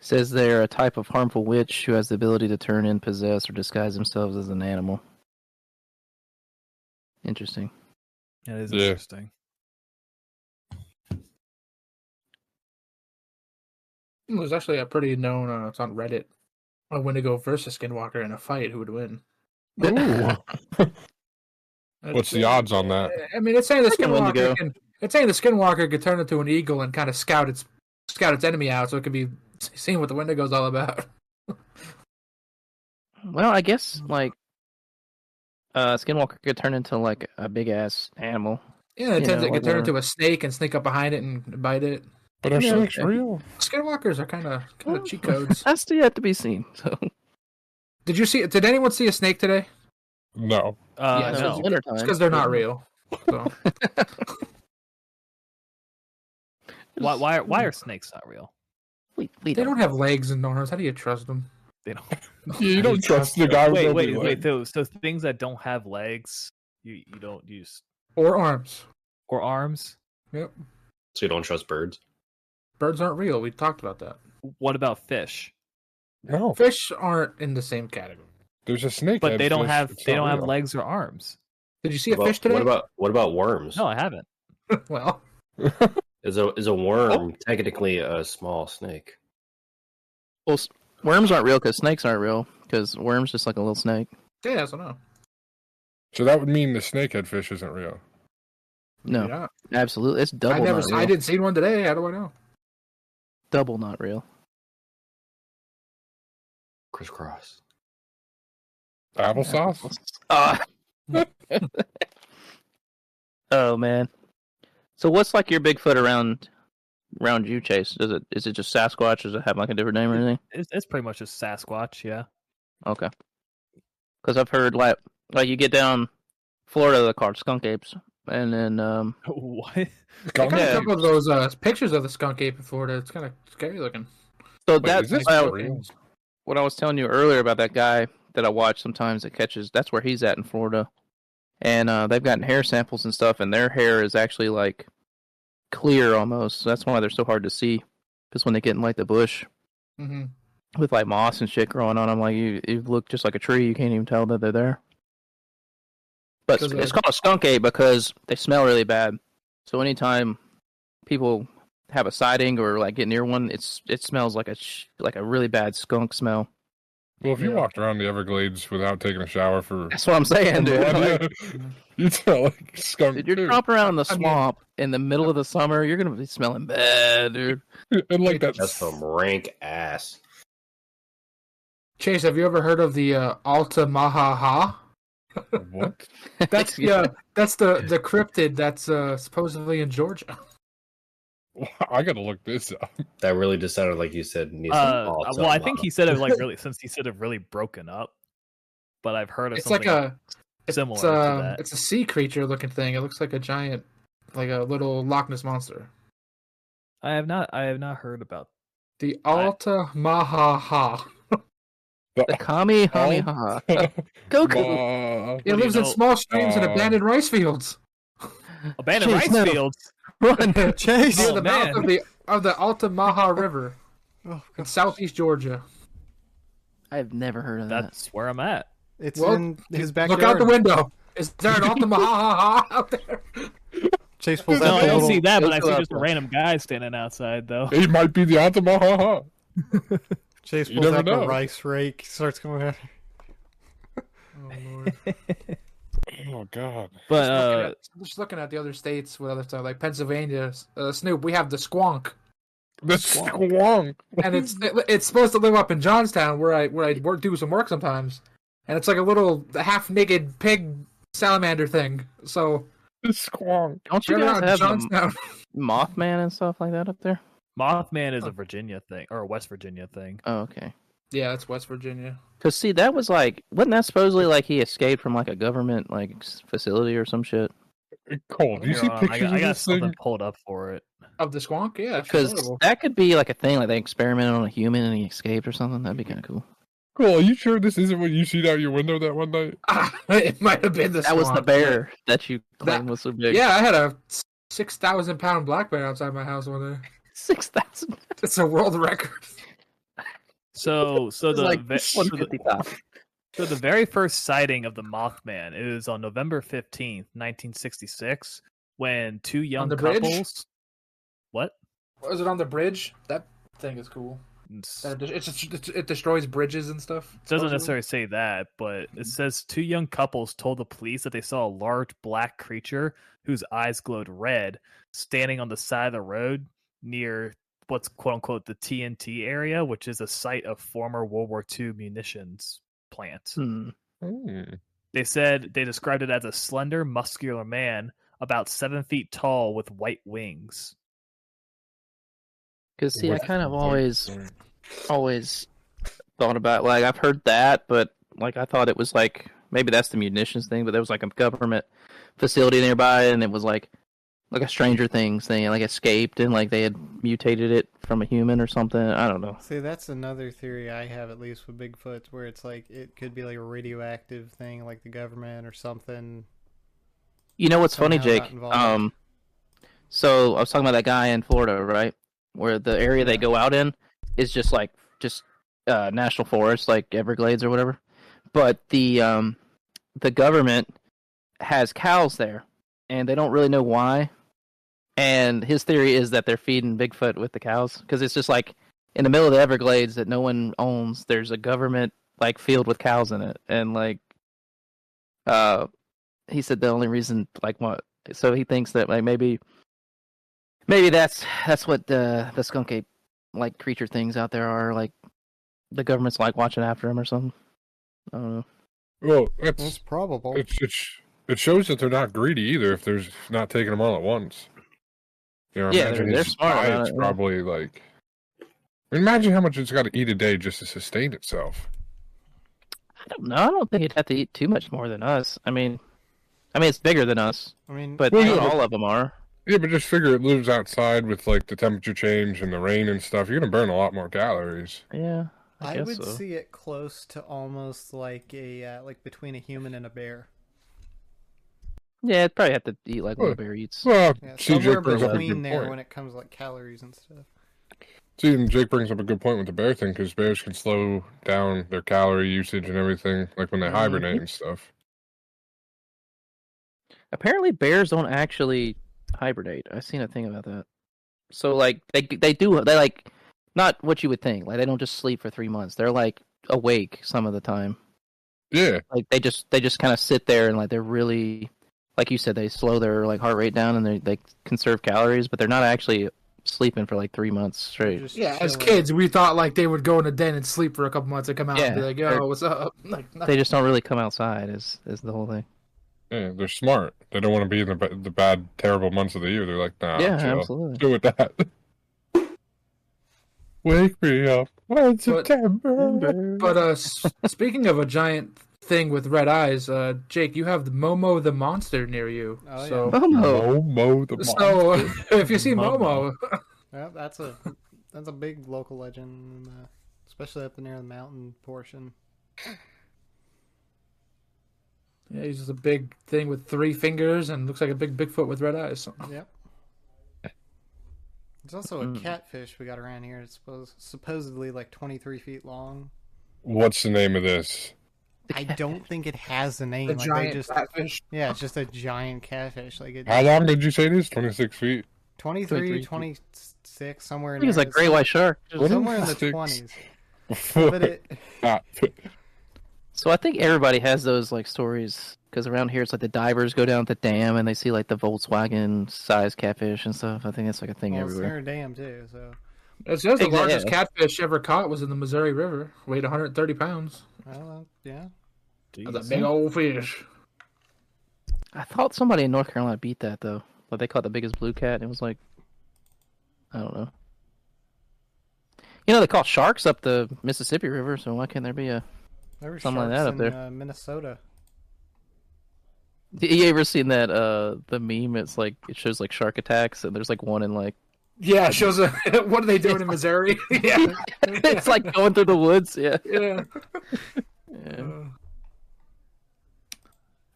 [SPEAKER 5] Says they're a type of harmful witch who has the ability to turn in, possess, or disguise themselves as an animal. Interesting.
[SPEAKER 2] That is
[SPEAKER 8] Yeah.
[SPEAKER 2] interesting.
[SPEAKER 7] There's actually a pretty known. Uh, it's on Reddit. A Wendigo versus Skinwalker in a fight. Who would win?
[SPEAKER 8] Ooh. What's the odds on that?
[SPEAKER 7] I mean, it's saying the
[SPEAKER 5] I think Wendigo.
[SPEAKER 7] Skinwalker. Can, it's saying the Skinwalker could turn into an eagle and kind of scout its scout its enemy out, so it could be seeing what the Wendigo's all about.
[SPEAKER 5] Well, I guess like uh Skinwalker could turn into like a big ass animal.
[SPEAKER 7] Yeah, it
[SPEAKER 5] You
[SPEAKER 7] turns
[SPEAKER 5] know,
[SPEAKER 7] it could
[SPEAKER 5] like
[SPEAKER 7] turn
[SPEAKER 5] a-
[SPEAKER 7] into a snake and sneak up behind it and bite it.
[SPEAKER 8] But our
[SPEAKER 5] Yeah,
[SPEAKER 8] snake's
[SPEAKER 5] okay.
[SPEAKER 8] real.
[SPEAKER 7] Skinwalkers are kind of kind of cheat codes.
[SPEAKER 5] That's still yet Oh, to be seen. So
[SPEAKER 7] Did you see? Did anyone see a snake today?
[SPEAKER 8] No.
[SPEAKER 2] Uh,
[SPEAKER 7] Yeah, so
[SPEAKER 2] no.
[SPEAKER 5] it's winter time.
[SPEAKER 7] It's because they're not real. So.
[SPEAKER 2] Why why are, why are snakes not real?
[SPEAKER 5] we, we
[SPEAKER 7] They
[SPEAKER 5] don't,
[SPEAKER 7] don't have legs and arms. How do you trust them?
[SPEAKER 2] They don't.
[SPEAKER 8] You don't trust the guy with
[SPEAKER 2] Wait
[SPEAKER 8] no
[SPEAKER 2] wait
[SPEAKER 8] big
[SPEAKER 2] wait.
[SPEAKER 8] leg.
[SPEAKER 2] So, so things that don't have legs, you you don't use
[SPEAKER 7] Or arms.
[SPEAKER 2] or arms.
[SPEAKER 7] Yep.
[SPEAKER 3] So you don't trust birds?
[SPEAKER 7] Birds aren't real. We talked about that.
[SPEAKER 2] What about fish?
[SPEAKER 8] No.
[SPEAKER 7] Fish aren't in the same category.
[SPEAKER 8] There's a snake.
[SPEAKER 2] But
[SPEAKER 8] head
[SPEAKER 2] they don't
[SPEAKER 8] fish.
[SPEAKER 2] have
[SPEAKER 8] It's
[SPEAKER 2] they
[SPEAKER 8] not
[SPEAKER 2] don't have
[SPEAKER 8] real.
[SPEAKER 2] legs or arms.
[SPEAKER 7] Did you see a
[SPEAKER 3] What about-
[SPEAKER 7] fish today?
[SPEAKER 3] What about what about worms?
[SPEAKER 2] No, I haven't.
[SPEAKER 7] well,
[SPEAKER 3] Is a is a worm
[SPEAKER 7] Oh.
[SPEAKER 3] technically a small snake?
[SPEAKER 5] worms aren't real because snakes aren't real because worms just like a little snake.
[SPEAKER 7] yeah, that's what I know.
[SPEAKER 8] So that would mean the snakehead fish isn't real.
[SPEAKER 5] No,
[SPEAKER 7] Yeah.
[SPEAKER 5] absolutely, it's double
[SPEAKER 7] I never.
[SPEAKER 5] not
[SPEAKER 7] s-
[SPEAKER 5] real.
[SPEAKER 7] I didn't see one today. How do I know?
[SPEAKER 5] Double not real.
[SPEAKER 3] Crisscross.
[SPEAKER 8] Applesauce?
[SPEAKER 5] Ah. oh man. So what's like your Bigfoot around around you, Chase? Does it is it just Sasquatch? Does it have like a different name or anything?
[SPEAKER 2] It's, it's pretty much just Sasquatch. Yeah.
[SPEAKER 5] Okay. Because I've heard like like you get down Florida, they're called skunk apes, and then um
[SPEAKER 2] What?
[SPEAKER 7] I
[SPEAKER 8] Skunk
[SPEAKER 7] got a
[SPEAKER 5] Yeah.
[SPEAKER 7] couple of those uh, pictures of the skunk ape in Florida. It's kind of scary looking.
[SPEAKER 5] so
[SPEAKER 8] Wait, is
[SPEAKER 5] that's
[SPEAKER 8] this
[SPEAKER 5] uh,
[SPEAKER 8] for real?
[SPEAKER 5] what I was telling you earlier about that guy that I watch sometimes that catches. That's where he's at in Florida, and uh, they've gotten hair samples and stuff, and their hair is actually like clear almost. So that's why they're so hard to see because when they get in like the bush
[SPEAKER 7] hmm
[SPEAKER 5] with like moss and shit growing on them, like you, you look just like a tree. You can't even tell that they're there. But
[SPEAKER 7] Does
[SPEAKER 5] it's
[SPEAKER 7] it-
[SPEAKER 5] called a skunk ape because they smell really bad. So anytime people have a sighting or like get near one, it's it smells like a sh- like a really bad skunk smell.
[SPEAKER 8] Well, if you
[SPEAKER 7] Yeah.
[SPEAKER 8] walked around the Everglades without taking a shower for
[SPEAKER 5] That's what I'm saying, dude. Like,
[SPEAKER 8] you smell like skunk.
[SPEAKER 5] dude, you're
[SPEAKER 8] too.
[SPEAKER 5] tromping around in the
[SPEAKER 7] I mean-
[SPEAKER 5] swamp in the middle of the summer. You're gonna be smelling bad, dude.
[SPEAKER 8] and like that.
[SPEAKER 3] That's some rank ass.
[SPEAKER 7] Chase, have you ever heard of the uh, Alta Mahaha?
[SPEAKER 8] What?
[SPEAKER 7] That's the uh, that's the the cryptid that's uh, supposedly in Georgia.
[SPEAKER 8] I gotta look this up.
[SPEAKER 3] That really just sounded like you said. Needs some
[SPEAKER 2] Uh,
[SPEAKER 3] ball to
[SPEAKER 2] well, I
[SPEAKER 3] unlock.
[SPEAKER 2] think he said it like really since he said it really broken up. But I've heard of
[SPEAKER 7] It's like
[SPEAKER 2] something
[SPEAKER 7] a
[SPEAKER 2] similar
[SPEAKER 7] it's,
[SPEAKER 2] to
[SPEAKER 7] um,
[SPEAKER 2] that.
[SPEAKER 7] It's a sea creature looking thing. It looks like a giant, like a little Loch Ness monster.
[SPEAKER 2] I have not. I have not heard about.
[SPEAKER 7] The
[SPEAKER 2] I-
[SPEAKER 7] Alta Mahaha.
[SPEAKER 5] The commie, homie, haha. Go, go.
[SPEAKER 8] Bah.
[SPEAKER 7] It
[SPEAKER 2] do you
[SPEAKER 7] lives in
[SPEAKER 2] know?
[SPEAKER 7] small streams and
[SPEAKER 8] Uh,
[SPEAKER 7] abandoned rice fields.
[SPEAKER 2] Abandoned
[SPEAKER 5] Jeez,
[SPEAKER 2] rice
[SPEAKER 5] no.
[SPEAKER 2] fields.
[SPEAKER 5] Run.
[SPEAKER 6] Chase.
[SPEAKER 7] Near
[SPEAKER 2] Oh,
[SPEAKER 7] the
[SPEAKER 2] man.
[SPEAKER 7] mouth of the of the Alta Maha River
[SPEAKER 6] Oh,
[SPEAKER 7] in
[SPEAKER 6] God.
[SPEAKER 7] southeast Georgia.
[SPEAKER 5] I've never heard
[SPEAKER 2] Uh,
[SPEAKER 5] of that.
[SPEAKER 2] That's where I'm at.
[SPEAKER 6] It's
[SPEAKER 7] Well,
[SPEAKER 6] in his
[SPEAKER 7] Look out
[SPEAKER 6] backyard.
[SPEAKER 7] the window. Is there an Alta Maha out there?
[SPEAKER 6] Chase pulls
[SPEAKER 2] No,
[SPEAKER 6] out
[SPEAKER 2] I
[SPEAKER 6] the
[SPEAKER 2] don't
[SPEAKER 6] little.
[SPEAKER 2] see that, but I
[SPEAKER 5] Local
[SPEAKER 2] see just a
[SPEAKER 5] outfit.
[SPEAKER 2] random guy standing outside though.
[SPEAKER 8] It might be the Atamahaha.
[SPEAKER 6] Chase
[SPEAKER 8] You
[SPEAKER 6] pulls
[SPEAKER 8] never
[SPEAKER 6] out the
[SPEAKER 8] know.
[SPEAKER 6] rice rake. Starts going at.
[SPEAKER 7] Oh, Lord.
[SPEAKER 8] Oh god.
[SPEAKER 2] But
[SPEAKER 7] Looking
[SPEAKER 2] uh,
[SPEAKER 7] at- I'm just looking at the other states, what other stuff like Pennsylvania, uh, Snoop. We have the squonk,
[SPEAKER 8] The squonk.
[SPEAKER 7] and it's it, it's supposed to live up in Johnstown, where I where I work, do some work sometimes, and it's like a little half naked pig salamander thing. So
[SPEAKER 8] The squonk.
[SPEAKER 5] Don't you
[SPEAKER 7] get
[SPEAKER 5] guys
[SPEAKER 7] around
[SPEAKER 5] have a
[SPEAKER 7] Johnstown.
[SPEAKER 5] Mothman and stuff like that up there?
[SPEAKER 2] Mothman is a Virginia thing or a West Virginia thing.
[SPEAKER 5] Oh, okay.
[SPEAKER 7] Yeah, that's West Virginia.
[SPEAKER 5] Cause see, that was like, wasn't that supposedly like he escaped from like a government like s- facility or some shit?
[SPEAKER 8] Cole, do you
[SPEAKER 2] Hold
[SPEAKER 8] see
[SPEAKER 2] on, um, I
[SPEAKER 8] pictures
[SPEAKER 2] got, I
[SPEAKER 8] of
[SPEAKER 2] got
[SPEAKER 8] this thing?
[SPEAKER 2] something pulled up for it.
[SPEAKER 7] Of the squonk? Yeah, it's
[SPEAKER 5] Because
[SPEAKER 7] horrible.
[SPEAKER 5] that could be like a thing, like they experimented on a human and he escaped or something. That'd be kind of cool.
[SPEAKER 8] Cole, are you sure this isn't what you see out your window that one night?
[SPEAKER 7] Ah, it might have been the
[SPEAKER 5] That was the
[SPEAKER 7] squonk.
[SPEAKER 5] bear that you claimed was so big.
[SPEAKER 7] Yeah, I had a six thousand pound black bear outside my house one day.
[SPEAKER 5] six thousand.
[SPEAKER 7] It's a world record.
[SPEAKER 2] So, so the,
[SPEAKER 5] like
[SPEAKER 2] ve- so the
[SPEAKER 5] 150 top.
[SPEAKER 2] So the very first sighting of the Mothman is on November 15th, 1966, when two young
[SPEAKER 7] the bridge?
[SPEAKER 2] couples What?
[SPEAKER 7] Was it on the bridge? That thing is cool.
[SPEAKER 2] It's-
[SPEAKER 7] That it, it's- it's- it destroys bridges and stuff.
[SPEAKER 2] doesn't
[SPEAKER 7] supposedly.
[SPEAKER 2] necessarily say that, but
[SPEAKER 7] Mm-hmm.
[SPEAKER 2] it says two young couples told the police that they saw a large black creature whose eyes glowed red standing on the side of the road near what's quote unquote the TNT area, which is a site of former World War II munitions plant.
[SPEAKER 5] Hmm.
[SPEAKER 2] They said they described it as a slender, muscular man about seven feet tall with white wings.
[SPEAKER 5] Cause see, I
[SPEAKER 8] West
[SPEAKER 5] kind of
[SPEAKER 8] Virginia.
[SPEAKER 5] always, always thought about like I've heard that, but like I thought it was like maybe that's the munitions thing, but there was like a government facility nearby, and it was like like a Stranger Things thing, like escaped and like they had mutated it from a human or something. I don't know.
[SPEAKER 6] See, that's another theory I have, at least with Bigfoot, where it's like it could be like a radioactive thing, like the government or something.
[SPEAKER 5] You know what's funny,
[SPEAKER 6] Somehow not
[SPEAKER 5] Jake?
[SPEAKER 6] involved.
[SPEAKER 5] Um, so I was talking about that guy in Florida, right? Where the area they go out in is just like just uh, national forest, like Everglades or whatever. But the um, the government has cows there, and they don't really know why. And his theory is that they're feeding Bigfoot with the cows because it's just like in the middle of the Everglades that no one owns. There's a government like field with cows in it, and like uh he said the only reason like what so he thinks that like maybe maybe that's that's what the the skunk ape like creature things out there are like the government's like watching after him or something i don't know
[SPEAKER 8] Well,
[SPEAKER 6] That's
[SPEAKER 8] that's
[SPEAKER 6] probable.
[SPEAKER 8] it's, it's it shows that they're not greedy either if there's not taking them all at once. You know,
[SPEAKER 5] Yeah,
[SPEAKER 8] imagine
[SPEAKER 5] they're- they're
[SPEAKER 8] his
[SPEAKER 5] smart about
[SPEAKER 8] diet's
[SPEAKER 5] it, yeah.
[SPEAKER 8] probably like. Imagine how much it's got to eat a day just to sustain itself.
[SPEAKER 5] i don't know i don't think it'd have to eat too much more than us i mean i mean it's bigger than us
[SPEAKER 6] I mean,
[SPEAKER 5] but
[SPEAKER 8] Well,
[SPEAKER 5] not
[SPEAKER 8] yeah, but-
[SPEAKER 5] all of them are
[SPEAKER 8] Yeah, but just figure it lives outside with like the temperature change and the rain and stuff. You're gonna burn a lot more calories.
[SPEAKER 5] yeah i,
[SPEAKER 6] I,
[SPEAKER 5] guess
[SPEAKER 6] would
[SPEAKER 5] so.
[SPEAKER 6] see it close to almost like a uh, like between a human and a bear.
[SPEAKER 5] yeah it'd probably have to eat like what a
[SPEAKER 8] Well,
[SPEAKER 5] bear eats
[SPEAKER 8] Well,
[SPEAKER 6] Yeah,
[SPEAKER 8] see,
[SPEAKER 6] somewhere
[SPEAKER 8] Jake brings up a
[SPEAKER 6] between
[SPEAKER 8] good
[SPEAKER 6] there
[SPEAKER 8] point.
[SPEAKER 6] when it comes to like calories and stuff.
[SPEAKER 8] See, and Jake brings up a good point with the bear thing because bears can slow down their calorie usage and everything, like when they
[SPEAKER 5] Mhm.
[SPEAKER 8] hibernate and stuff.
[SPEAKER 5] Apparently, bears don't actually hibernate. I've seen a thing about that. So, like, they they do they like not what you would think. Like, they don't just sleep for three months. They're like awake some of the time.
[SPEAKER 8] Yeah,
[SPEAKER 5] Like, they just they just kind of sit there and like they're really, like you said, they slow their like heart rate down and they they conserve calories, but they're not actually sleeping for like three months straight.
[SPEAKER 6] Just
[SPEAKER 7] Yeah, as
[SPEAKER 6] chilling.
[SPEAKER 7] kids, we thought like they would go in a den and sleep for a couple months and come out and be
[SPEAKER 5] Yeah,
[SPEAKER 7] like,
[SPEAKER 5] they're-
[SPEAKER 7] "Yo, what's up?" Like, no.
[SPEAKER 5] They just don't really come outside. Is is the whole thing?
[SPEAKER 8] yeah, they're smart. They don't want to be in the ba- the bad, terrible months of the year. They're like, nah,
[SPEAKER 5] yeah,
[SPEAKER 8] chill.
[SPEAKER 5] absolutely.
[SPEAKER 8] Do with that. Wake me up when September.
[SPEAKER 7] But uh, s- speaking of a giant thing with red eyes, uh, Jake, you have the Momo the monster near you.
[SPEAKER 6] Oh, yeah.
[SPEAKER 7] so,
[SPEAKER 5] Momo.
[SPEAKER 8] Momo the
[SPEAKER 7] so
[SPEAKER 8] monster.
[SPEAKER 7] if you see
[SPEAKER 2] Momo.
[SPEAKER 7] Momo,
[SPEAKER 6] Yeah, that's a that's a big local legend, uh, especially up near the mountain portion.
[SPEAKER 7] yeah, he's just a big thing with three fingers and looks like a big Bigfoot with red eyes.
[SPEAKER 6] Yep. There's also
[SPEAKER 5] Hmm.
[SPEAKER 6] a catfish we got around here. It's supposed, supposedly like 23 feet long.
[SPEAKER 8] What's the name of this?
[SPEAKER 6] I don't think it has a name.
[SPEAKER 7] The
[SPEAKER 6] like
[SPEAKER 7] giant
[SPEAKER 6] they just
[SPEAKER 7] catfish.
[SPEAKER 6] yeah, it's just a giant catfish. Like it,
[SPEAKER 8] How long did you say it is? Twenty six feet.
[SPEAKER 6] 23,
[SPEAKER 5] 23 feet.
[SPEAKER 6] 26, somewhere
[SPEAKER 5] I
[SPEAKER 6] in
[SPEAKER 5] think it's
[SPEAKER 6] there.
[SPEAKER 5] like great white shark.
[SPEAKER 8] What
[SPEAKER 6] somewhere in the
[SPEAKER 8] is six?
[SPEAKER 6] 20s. But it,
[SPEAKER 8] Ah,
[SPEAKER 5] So I think everybody has those like stories because around here it's like the divers go down at the dam and they see like the Volkswagen sized catfish and stuff. I think that's like a thing
[SPEAKER 6] well, it's near
[SPEAKER 5] everywhere.
[SPEAKER 6] a dam too. So
[SPEAKER 7] It says the
[SPEAKER 5] Exactly,
[SPEAKER 7] largest
[SPEAKER 5] yeah.
[SPEAKER 7] catfish ever caught was in the Missouri River, weighed 130 pounds.
[SPEAKER 6] well, uh, yeah,
[SPEAKER 7] That's a big old fish.
[SPEAKER 5] I thought somebody in North Carolina beat that though. Like they caught the biggest blue cat and it was like, I don't know. You know they call sharks up the Mississippi River, so why can't there be a?
[SPEAKER 6] There were
[SPEAKER 5] Something like
[SPEAKER 6] sharks
[SPEAKER 5] that up
[SPEAKER 6] in,
[SPEAKER 5] there.
[SPEAKER 6] Uh, Minnesota.
[SPEAKER 5] You ever seen that? Uh, the meme. It's like it shows like shark attacks, and there's like one in like
[SPEAKER 7] Yeah, it shows a, what are they doing in Missouri? yeah,
[SPEAKER 5] it's like going through the woods. Yeah.
[SPEAKER 7] yeah, Uh,
[SPEAKER 5] Yeah.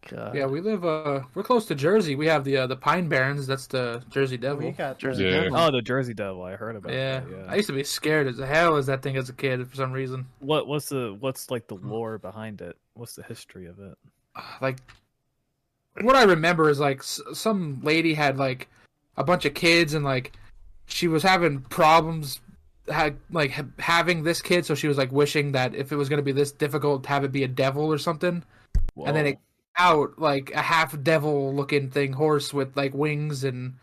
[SPEAKER 5] God.
[SPEAKER 7] yeah. We live. Uh, we're close to Jersey. We have the uh, the Pine Barrens. That's the Jersey
[SPEAKER 6] We
[SPEAKER 7] Devil.
[SPEAKER 6] got
[SPEAKER 5] Jersey
[SPEAKER 8] Yeah.
[SPEAKER 5] Devil.
[SPEAKER 2] Oh, the Jersey Devil. I heard about
[SPEAKER 7] Hmm. Yeah.
[SPEAKER 2] that.
[SPEAKER 7] I
[SPEAKER 2] Yeah.
[SPEAKER 7] used to be scared as hell as that thing as a kid for some reason.
[SPEAKER 2] What what's the what's like the
[SPEAKER 7] Hmm.
[SPEAKER 2] lore behind it? What's the history of it?
[SPEAKER 7] like what I remember is like s- some lady had like a bunch of kids and like she was having problems had like ha- having this kid so she was like wishing that if it was going to be this difficult have it be a devil or something and then it out like a half devil looking thing horse with like wings and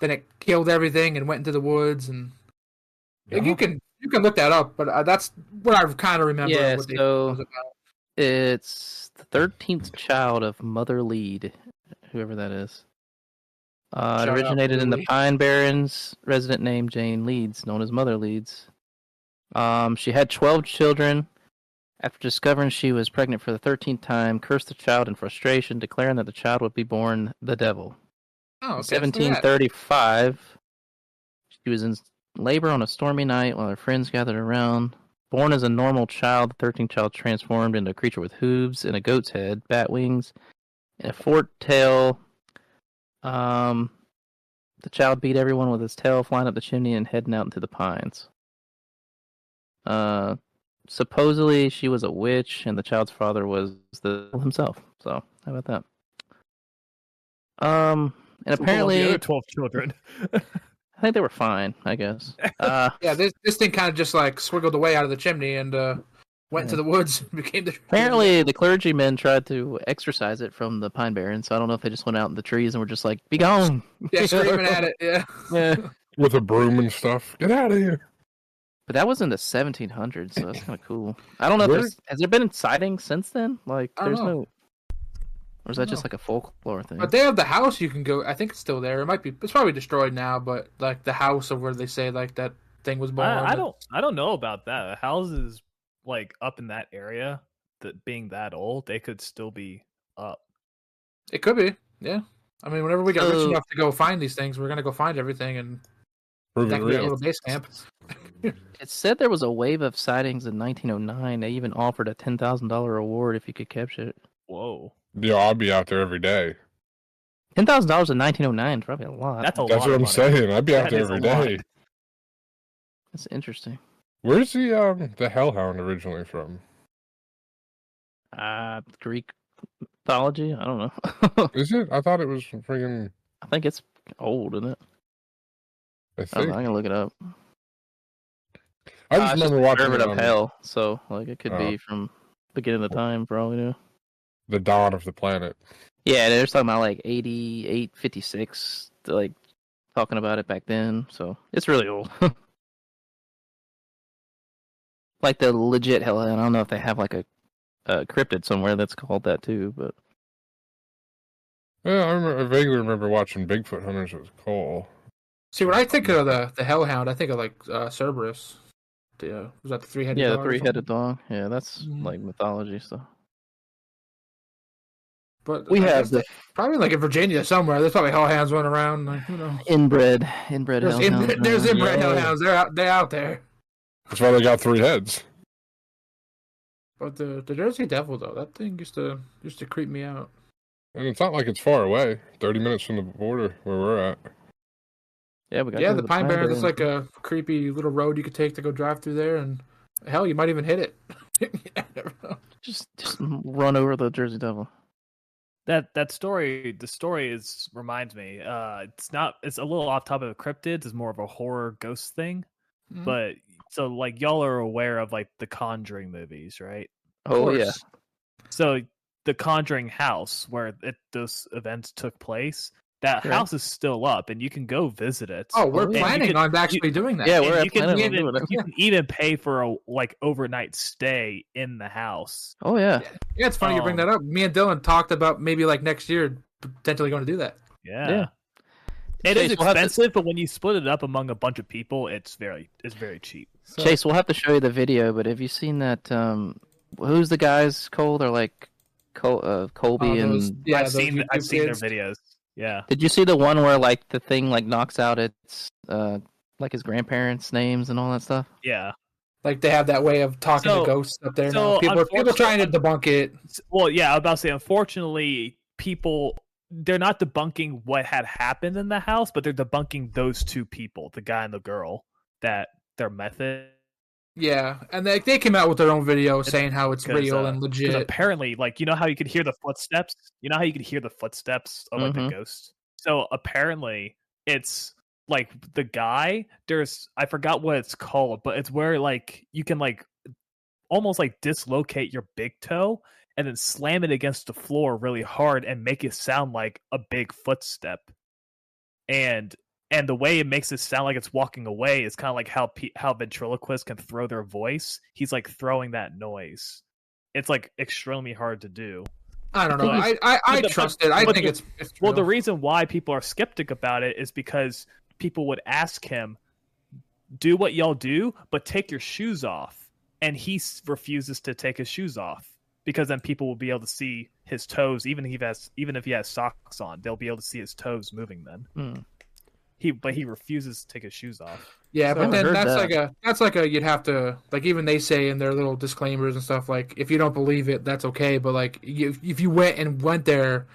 [SPEAKER 7] then it killed everything and went into the woods and like, you can you can look that up but uh, that's what I kind of remember
[SPEAKER 5] Yeah,
[SPEAKER 7] what they-
[SPEAKER 5] so-
[SPEAKER 7] was about. Oh,
[SPEAKER 5] It's the thirteenth child of Mother Lead, whoever that is. Uh, it
[SPEAKER 7] Shout out,
[SPEAKER 5] originated in the
[SPEAKER 7] Mother Lead.
[SPEAKER 5] Pine Barrens. Resident named Jane Leeds, known as Mother Leeds. Um, she had twelve children. After discovering she was pregnant for the thirteenth time, cursed the child in frustration, declaring that the child would be born the devil.
[SPEAKER 7] oh, okay, so look at that.
[SPEAKER 5] 1735, she was in labor on a stormy night while her friends gathered around. Born as a normal child, the 13th child transformed into a creature with hooves and a goat's head, bat wings, and a forked tail. Um, the child beat everyone with his tail, flying up the chimney and heading out into the pines. Uh, supposedly she was a witch, and the child's father was the himself. So how about that? Um, and apparently,
[SPEAKER 2] the other twelve children.
[SPEAKER 5] I think they were fine. I guess. Uh,
[SPEAKER 7] Yeah, this this thing kind of just like swiggled away out of the chimney and uh, went
[SPEAKER 5] Yeah.
[SPEAKER 7] to the woods and became the.
[SPEAKER 5] apparently, the clergymen tried to exorcise it from the pine barrens. So I don't know if they just went out in the trees and were just like, "Be gone!"
[SPEAKER 7] yeah, screaming at it. Yeah,
[SPEAKER 5] Yeah.
[SPEAKER 8] with a broom and stuff. Get out of here.
[SPEAKER 5] But that was in the 1700s, so that's kind of cool. I don't know. If
[SPEAKER 8] Where-
[SPEAKER 5] there's, has there been sightings since then? Like,
[SPEAKER 7] I don't
[SPEAKER 5] there's
[SPEAKER 7] know.
[SPEAKER 5] no. Or is
[SPEAKER 7] I
[SPEAKER 5] that
[SPEAKER 7] don't
[SPEAKER 5] just
[SPEAKER 7] know.
[SPEAKER 5] like a folklore thing?
[SPEAKER 7] but they have the house. You can go. I think it's still there. It might be. It's probably destroyed now, but like the house of where they say like that thing was born.
[SPEAKER 2] I, I don't I don't know about that. Houses like up in that area that being that old, they could still be up.
[SPEAKER 7] It could be. Yeah. I mean, whenever we get rich
[SPEAKER 5] So-
[SPEAKER 7] enough to go find these things, we're gonna go find everything and
[SPEAKER 8] Prove
[SPEAKER 7] that
[SPEAKER 8] it
[SPEAKER 7] could be a
[SPEAKER 8] real.
[SPEAKER 7] little base camp.
[SPEAKER 5] It said there was a wave of sightings in 1909. They even offered a $10,000 reward if you could capture it.
[SPEAKER 2] Whoa.
[SPEAKER 8] Yeah, I'll be out there every day.
[SPEAKER 5] $10,000 in 1909 is probably a lot.
[SPEAKER 2] That's a
[SPEAKER 8] That's
[SPEAKER 2] lot
[SPEAKER 8] what
[SPEAKER 2] of
[SPEAKER 8] I'm
[SPEAKER 2] money.
[SPEAKER 8] saying. I'd be out
[SPEAKER 2] That
[SPEAKER 8] there
[SPEAKER 2] is a
[SPEAKER 8] every
[SPEAKER 2] lot.
[SPEAKER 8] day.
[SPEAKER 5] That's interesting.
[SPEAKER 8] Where's the um the Hellhound originally from?
[SPEAKER 5] Uh, Greek mythology? I don't know.
[SPEAKER 8] Is it? I thought it was from friggin'
[SPEAKER 5] I think it's old, isn't it?
[SPEAKER 8] I
[SPEAKER 5] I don't
[SPEAKER 8] think.
[SPEAKER 5] know. I can look it up.
[SPEAKER 8] I just
[SPEAKER 5] Uh, it's
[SPEAKER 8] remember watching
[SPEAKER 5] Pyramid
[SPEAKER 8] it
[SPEAKER 5] of
[SPEAKER 8] on
[SPEAKER 5] Hell. So, like, it could
[SPEAKER 8] Oh.
[SPEAKER 5] be from beginning of time, probably. Yeah.
[SPEAKER 8] the dawn of the planet.
[SPEAKER 5] Yeah, they're just talking about like 88, 56, like talking about it back then. So it's really old. like the legit hell, I don't know if they have like a, a cryptid somewhere that's called that too, but
[SPEAKER 8] Yeah, I, remember, I vaguely remember watching Bigfoot Hunters with Cole.
[SPEAKER 7] See, when I think of the the hellhound, I think of like uh, Cerberus. The, uh, was that the three headed?
[SPEAKER 5] yeah, the three headed dog. Yeah, that's like mythology stuff.
[SPEAKER 7] But
[SPEAKER 5] We
[SPEAKER 7] I
[SPEAKER 5] have
[SPEAKER 7] guess
[SPEAKER 5] the
[SPEAKER 7] Probably like in Virginia somewhere. There's probably hellhounds running around. Like, who knows?
[SPEAKER 5] inbred, inbred
[SPEAKER 7] There's,
[SPEAKER 5] hellhounds.
[SPEAKER 7] in, there's
[SPEAKER 5] around.
[SPEAKER 7] inbred
[SPEAKER 8] No.
[SPEAKER 7] hellhounds. They're out. They're out there.
[SPEAKER 8] That's why they got three heads.
[SPEAKER 7] But the the Jersey Devil though, that thing used to used to creep me out.
[SPEAKER 8] And it's not like it's far away. Thirty minutes from the border where we're at.
[SPEAKER 5] Yeah, we got
[SPEAKER 7] yeah,
[SPEAKER 5] to
[SPEAKER 7] the Pine Barrens. It's like a creepy little road you could take to go drive through there, and hell, you might even hit it. yeah, I never know.
[SPEAKER 5] just just run over the Jersey Devil.
[SPEAKER 2] That that story, the story is reminds me. Uh, it's not. It's a little off topic of cryptids. It's more of a horror ghost thing.
[SPEAKER 7] Mhm.
[SPEAKER 2] But so like y'all are aware of like the Conjuring movies, right?
[SPEAKER 5] Oh yeah,
[SPEAKER 7] course.
[SPEAKER 2] So the Conjuring house where it, those events took place. That
[SPEAKER 5] Right.
[SPEAKER 2] house is still up, and you can go visit it.
[SPEAKER 7] Oh, we're
[SPEAKER 5] And
[SPEAKER 2] you
[SPEAKER 7] planning
[SPEAKER 2] could-
[SPEAKER 7] on actually doing that.
[SPEAKER 5] yeah,
[SPEAKER 2] And
[SPEAKER 5] we're
[SPEAKER 2] you
[SPEAKER 5] at
[SPEAKER 2] can
[SPEAKER 5] Planet
[SPEAKER 2] even
[SPEAKER 5] Hollywood.
[SPEAKER 2] you can even pay for a like overnight stay in the house.
[SPEAKER 5] Oh yeah,
[SPEAKER 7] Yeah, it's funny you bring
[SPEAKER 2] Um,
[SPEAKER 7] that up. Me and Dylan talked about maybe like next year potentially going to do that.
[SPEAKER 2] Yeah,
[SPEAKER 5] Yeah.
[SPEAKER 2] It is
[SPEAKER 5] Chase, we'll have to-
[SPEAKER 2] expensive, but when you split it up among a bunch of people, it's very it's very cheap.
[SPEAKER 6] So,
[SPEAKER 5] Chase, we'll have to show you the video, but have you seen that? Um, who's the guys? Cole? They're like Col- uh, Colby
[SPEAKER 7] Oh,
[SPEAKER 5] and.
[SPEAKER 7] those- yeah,
[SPEAKER 2] I've
[SPEAKER 7] those
[SPEAKER 2] seen I've
[SPEAKER 7] YouTube
[SPEAKER 2] seen
[SPEAKER 7] kids.
[SPEAKER 2] their videos. Yeah.
[SPEAKER 5] Did you see the one where like the thing like knocks out its uh like his grandparents' names and all that stuff?
[SPEAKER 2] Yeah.
[SPEAKER 7] Like they have that way of talking
[SPEAKER 2] So-
[SPEAKER 7] to ghosts up there
[SPEAKER 2] so
[SPEAKER 7] now. People, are- people
[SPEAKER 2] unfortunately-
[SPEAKER 7] trying to debunk it.
[SPEAKER 2] S- Well, yeah, I was about to say unfortunately people they're not debunking what had happened in the house, but they're debunking those two people, the guy and the girl, that their method
[SPEAKER 7] Yeah, and they they came out with their own video saying how it's
[SPEAKER 2] because,
[SPEAKER 7] real
[SPEAKER 2] uh,
[SPEAKER 7] and
[SPEAKER 2] because
[SPEAKER 7] legit.
[SPEAKER 2] apparently like you know how you could hear the footsteps you know how you could hear the footsteps of like
[SPEAKER 5] Mhm.
[SPEAKER 2] the ghost so apparently it's like the guy there's i forgot what it's called but it's where like you can like almost like dislocate your big toe and then slam it against the floor really hard and make it sound like a big footstep and and the way it makes it sound like it's walking away is kind of like how pe- how ventriloquists can throw their voice he's like throwing that noise it's like extremely hard to do
[SPEAKER 7] I don't know.
[SPEAKER 2] but-
[SPEAKER 7] I I, I
[SPEAKER 2] but the-
[SPEAKER 7] trust it. I
[SPEAKER 2] but
[SPEAKER 7] think
[SPEAKER 2] the-
[SPEAKER 7] it's, it's
[SPEAKER 2] well the
[SPEAKER 7] real.
[SPEAKER 2] reason why people are skeptic about it is because people would ask him do what y'all do but take your shoes off and he s- refuses to take his shoes off because then people will be able to see his toes even if he has even if he has socks on they'll be able to see his toes moving then
[SPEAKER 5] Hmm.
[SPEAKER 2] he but he refuses to take his shoes off
[SPEAKER 7] yeah,
[SPEAKER 5] So
[SPEAKER 7] but
[SPEAKER 5] I
[SPEAKER 7] then
[SPEAKER 5] heard
[SPEAKER 7] that's
[SPEAKER 5] that.
[SPEAKER 7] like a that's like a you'd have to like even they say in their little disclaimers and stuff like if you don't believe it that's okay, but like you, if you went and went there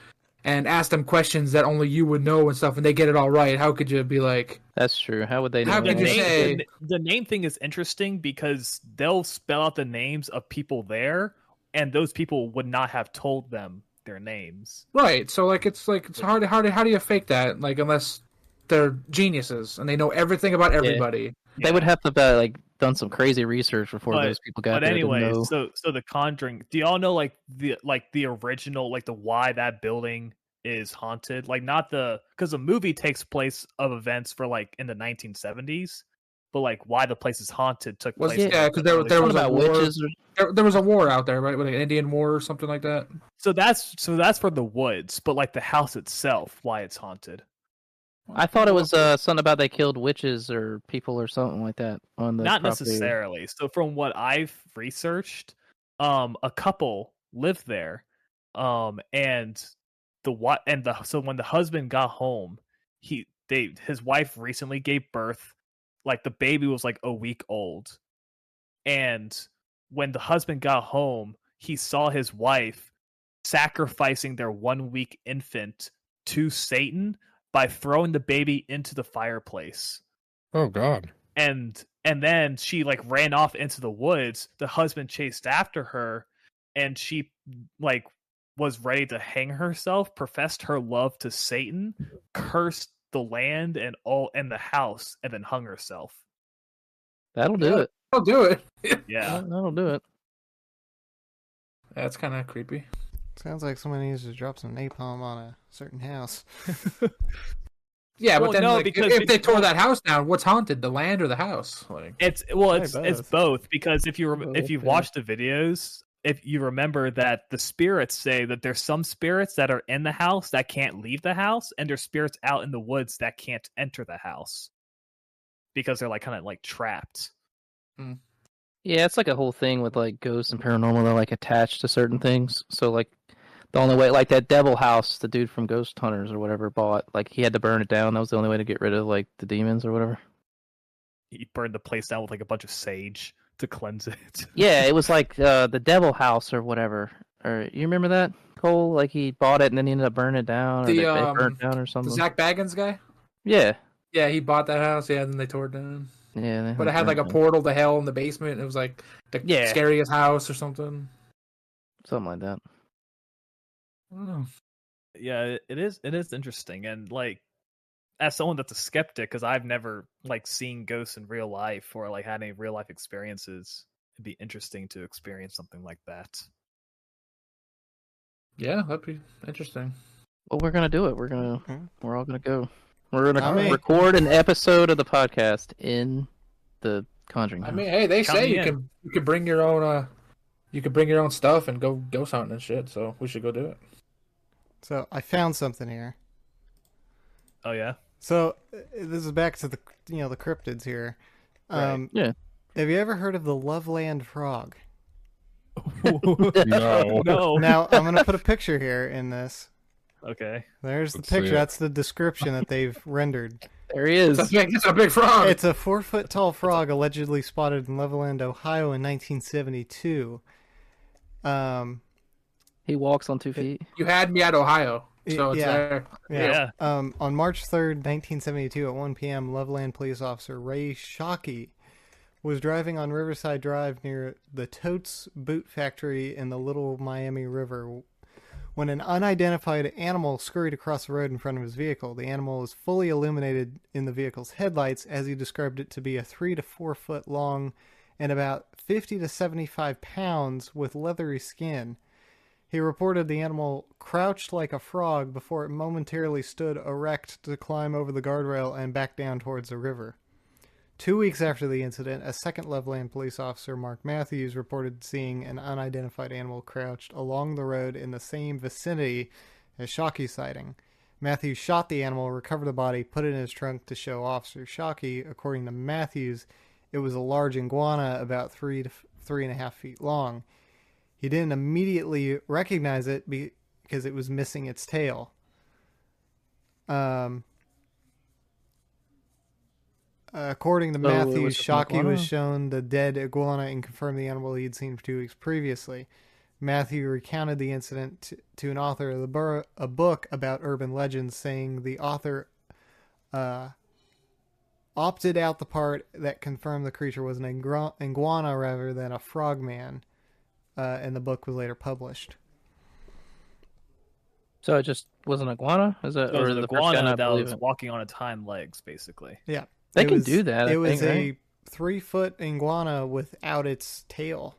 [SPEAKER 7] and asked them questions that only you would know and stuff and they get it all right, how could you be like
[SPEAKER 5] That's true. How would they know?
[SPEAKER 7] How
[SPEAKER 2] the
[SPEAKER 7] could you
[SPEAKER 5] anything?
[SPEAKER 2] name,
[SPEAKER 7] say-
[SPEAKER 2] the n- the name thing is interesting because they'll spell out the names of people there and those people would not have told them their names
[SPEAKER 7] Right. So like it's like it's hard hard how do you fake that? Like unless they're geniuses and they know everything about everybody.
[SPEAKER 5] They would have to uh, like done some crazy research before
[SPEAKER 2] But-
[SPEAKER 5] those people got
[SPEAKER 2] but
[SPEAKER 5] there. to
[SPEAKER 2] anyway,
[SPEAKER 5] know.
[SPEAKER 2] so so the Conjuring. Do y'all know like the like the original like the why that building is haunted? Like not the because the movie takes place of events for like in the 1970s, but like why the place is haunted took
[SPEAKER 7] Was
[SPEAKER 2] place.
[SPEAKER 7] yeah,
[SPEAKER 2] in,
[SPEAKER 7] 'cause
[SPEAKER 2] like, the
[SPEAKER 7] there-
[SPEAKER 2] early
[SPEAKER 7] there
[SPEAKER 5] What
[SPEAKER 7] was a
[SPEAKER 2] 20s.
[SPEAKER 5] about
[SPEAKER 7] war-
[SPEAKER 5] witches? Or...
[SPEAKER 7] There, there was a war out there, right? With an Indian war or something like that.
[SPEAKER 2] so that's so that's for the woods, but like the house itself, why it's haunted.
[SPEAKER 5] I thought it was uh something about they killed witches or people or something like that on the
[SPEAKER 2] not
[SPEAKER 5] property.
[SPEAKER 2] necessarily so from what i've researched um a couple lived there um and the what and the so when the husband got home he they his wife recently gave birth like the baby was like a week old and when the husband got home he saw his wife sacrificing their one week infant to satan by throwing the baby into the fireplace
[SPEAKER 8] Oh God.
[SPEAKER 2] and and then she like ran off into the woods the husband chased after her and she like was ready to hang herself professed her love to satan cursed the land and all and the house and then hung herself
[SPEAKER 5] That'll do it.
[SPEAKER 7] I'll do it.
[SPEAKER 2] yeah
[SPEAKER 5] That- That'll do it.
[SPEAKER 7] That's kind of creepy.
[SPEAKER 6] sounds like somebody needs to drop some napalm on a certain house.
[SPEAKER 7] Yeah,
[SPEAKER 2] Well,
[SPEAKER 7] but then
[SPEAKER 2] no,
[SPEAKER 7] like, if-
[SPEAKER 2] because
[SPEAKER 7] if,
[SPEAKER 2] it-
[SPEAKER 7] they tore that house down, what's haunted? The land or the house? Like
[SPEAKER 2] it's well
[SPEAKER 5] Probably
[SPEAKER 2] it's it's
[SPEAKER 5] both.
[SPEAKER 2] both because if you rem- if
[SPEAKER 5] Both,
[SPEAKER 2] you've
[SPEAKER 5] yeah.
[SPEAKER 2] watched the videos if you remember that the spirits say that there's some spirits that are in the house that can't leave the house and there's spirits out in the woods that can't enter the house because they're like kind of like trapped
[SPEAKER 5] Yeah, it's like a whole thing with like ghosts and paranormal. They're like attached to certain things. So like the only way, like that devil house, the dude from Ghost Hunters or whatever bought, like he had to burn it down. That was the only way to get rid of like the demons or whatever.
[SPEAKER 2] he burned the place down with like a bunch of sage to cleanse it.
[SPEAKER 5] Yeah, it was like uh, the devil house or whatever. Or you remember that Cole? Like he bought it and then he ended up burning it down, or
[SPEAKER 7] The,
[SPEAKER 5] they, they
[SPEAKER 7] um,
[SPEAKER 5] burnt down or
[SPEAKER 7] the
[SPEAKER 5] something.
[SPEAKER 7] Zach Baggins guy?
[SPEAKER 5] Yeah,
[SPEAKER 7] Yeah, he bought that house. Yeah, then they tore it down.
[SPEAKER 5] yeah. they
[SPEAKER 7] But it had like
[SPEAKER 5] burnt
[SPEAKER 7] a
[SPEAKER 5] down.
[SPEAKER 7] portal to hell in the basement. It was like the
[SPEAKER 5] Yeah.
[SPEAKER 7] scariest house or something.
[SPEAKER 5] something like that.
[SPEAKER 7] I don't know.
[SPEAKER 2] yeah, it- it is. It is interesting, and like as someone that's a skeptic, because I've never like seen ghosts in real life or like had any real life experiences. It'd be interesting to experience something like that.
[SPEAKER 7] Yeah, that'd be interesting.
[SPEAKER 5] Well, we're gonna do it. We're gonna.
[SPEAKER 6] Okay.
[SPEAKER 5] We're all gonna go. We're gonna
[SPEAKER 6] I mean-
[SPEAKER 5] record an episode of the podcast in the Conjuring.
[SPEAKER 7] I
[SPEAKER 5] House.
[SPEAKER 7] mean, hey, they
[SPEAKER 2] Count
[SPEAKER 7] say
[SPEAKER 2] me
[SPEAKER 7] you
[SPEAKER 2] in.
[SPEAKER 7] can you can bring your own uh you can bring your own stuff and go ghost hunting and shit. So we should go do it.
[SPEAKER 6] So I found something here.
[SPEAKER 2] Oh yeah,
[SPEAKER 6] So uh, this is back to the you know the cryptids here. Um,
[SPEAKER 5] Yeah.
[SPEAKER 6] Have you ever heard of the Loveland frog?
[SPEAKER 8] No.
[SPEAKER 2] Oh, no.
[SPEAKER 6] Now I'm gonna put a picture here in this.
[SPEAKER 2] Okay.
[SPEAKER 6] There's the
[SPEAKER 8] Let's see
[SPEAKER 6] picture.
[SPEAKER 8] it.
[SPEAKER 6] That's the description that they've rendered.
[SPEAKER 5] There he is.
[SPEAKER 7] That's big, that's a big frog.
[SPEAKER 6] It's a four foot tall frog allegedly spotted in Loveland, Ohio, in 1972. Um,
[SPEAKER 5] He walks on two feet.
[SPEAKER 7] you had me at Ohio, so it's
[SPEAKER 6] Yeah.
[SPEAKER 7] there.
[SPEAKER 6] Yeah. Um, on March 3rd, 1972, at 1 p.m., Loveland police officer Ray Shockey was driving on Riverside Drive near the Totes Boot Factory in the Little Miami River when an unidentified animal scurried across the road in front of his vehicle. The animal was fully illuminated in the vehicle's headlights as he described it to be a three to four foot long and about 50 to 75 pounds with leathery skin. He reported the animal crouched like a frog before it momentarily stood erect to climb over the guardrail and back down towards the river. Two weeks after the incident, a second Loveland police officer, Mark Matthews, reported seeing an unidentified animal crouched along the road in the same vicinity as Shockey's sighting. Matthews shot the animal, recovered the body, put it in his trunk to show Officer Shockey. According to Matthews, it was a large iguana about three to f- three and a half feet long. He didn't immediately recognize it be- because it was missing its tail. Um, according to
[SPEAKER 5] So Oh, it was
[SPEAKER 6] Matthews,
[SPEAKER 5] just an
[SPEAKER 6] Shockey was
[SPEAKER 5] iguana?
[SPEAKER 6] shown the dead iguana and confirmed the animal he'd seen two weeks previously. Matthew recounted the incident t- to an author of the bur- a book about urban legends, saying the author uh, opted out the part that confirmed the creature was an ingro- iguana rather than a frogman, uh, and the book was later published.
[SPEAKER 5] So it just was an iguana? Is that
[SPEAKER 2] So
[SPEAKER 5] or
[SPEAKER 2] the
[SPEAKER 5] the first guy
[SPEAKER 2] iguana
[SPEAKER 5] not
[SPEAKER 2] that
[SPEAKER 5] believe
[SPEAKER 2] was
[SPEAKER 5] it?
[SPEAKER 2] walking on its hind legs, basically.
[SPEAKER 6] Yeah,
[SPEAKER 5] They
[SPEAKER 6] It
[SPEAKER 5] can
[SPEAKER 6] was-
[SPEAKER 5] do that.
[SPEAKER 6] It
[SPEAKER 5] I
[SPEAKER 6] was
[SPEAKER 5] think, right?
[SPEAKER 6] a three foot iguana without its tail.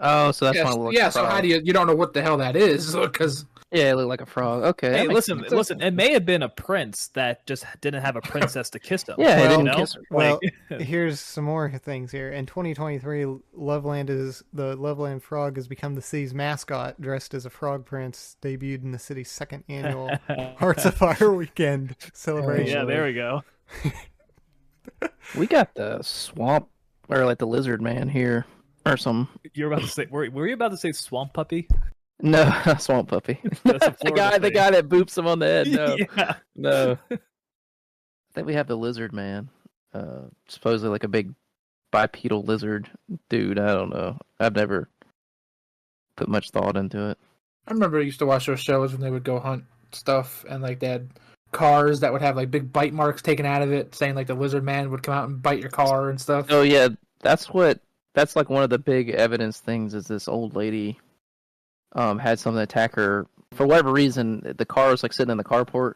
[SPEAKER 5] Oh, so that's
[SPEAKER 7] Yes,
[SPEAKER 5] one of the
[SPEAKER 7] yeah, so how do you you don't know what the hell that is because
[SPEAKER 5] Yeah, it looked like a frog. Okay. that
[SPEAKER 2] Hey,
[SPEAKER 5] makes
[SPEAKER 2] listen,
[SPEAKER 5] sense.
[SPEAKER 2] listen. It may have been a prince that just didn't have a princess to kiss him.
[SPEAKER 5] Yeah, he
[SPEAKER 2] you
[SPEAKER 5] didn't
[SPEAKER 2] know?
[SPEAKER 5] kiss her.
[SPEAKER 6] Well,
[SPEAKER 2] Like-
[SPEAKER 6] here's some more things here. In 2023, Loveland is the Loveland frog has become the city's mascot, dressed as a frog prince, debuted in the city's second annual Hearts of Fire weekend
[SPEAKER 5] Oh,
[SPEAKER 6] celebration.
[SPEAKER 2] yeah, there we go.
[SPEAKER 5] We got the swamp or like the lizard man here or some
[SPEAKER 2] You're about to say. Were, were you about to say swamp puppy?
[SPEAKER 5] no swamp puppy.
[SPEAKER 2] That's a
[SPEAKER 5] the
[SPEAKER 2] Florida
[SPEAKER 5] guy, the
[SPEAKER 2] thing.
[SPEAKER 5] guy that boops him on the head. No,
[SPEAKER 2] yeah.
[SPEAKER 5] no. I think we have the lizard man. Uh, supposedly like a big bipedal lizard dude. I don't know. I've never put much thought into it.
[SPEAKER 7] I remember I used to watch those shows when they would go hunt stuff and like they had cars that would have like big bite marks taken out of it, saying like the lizard man would come out and bite your car and stuff.
[SPEAKER 5] Oh yeah, that's what. That's like one of the big evidence things is this old lady, um, had something attack her for whatever reason. The car was like sitting in the carport,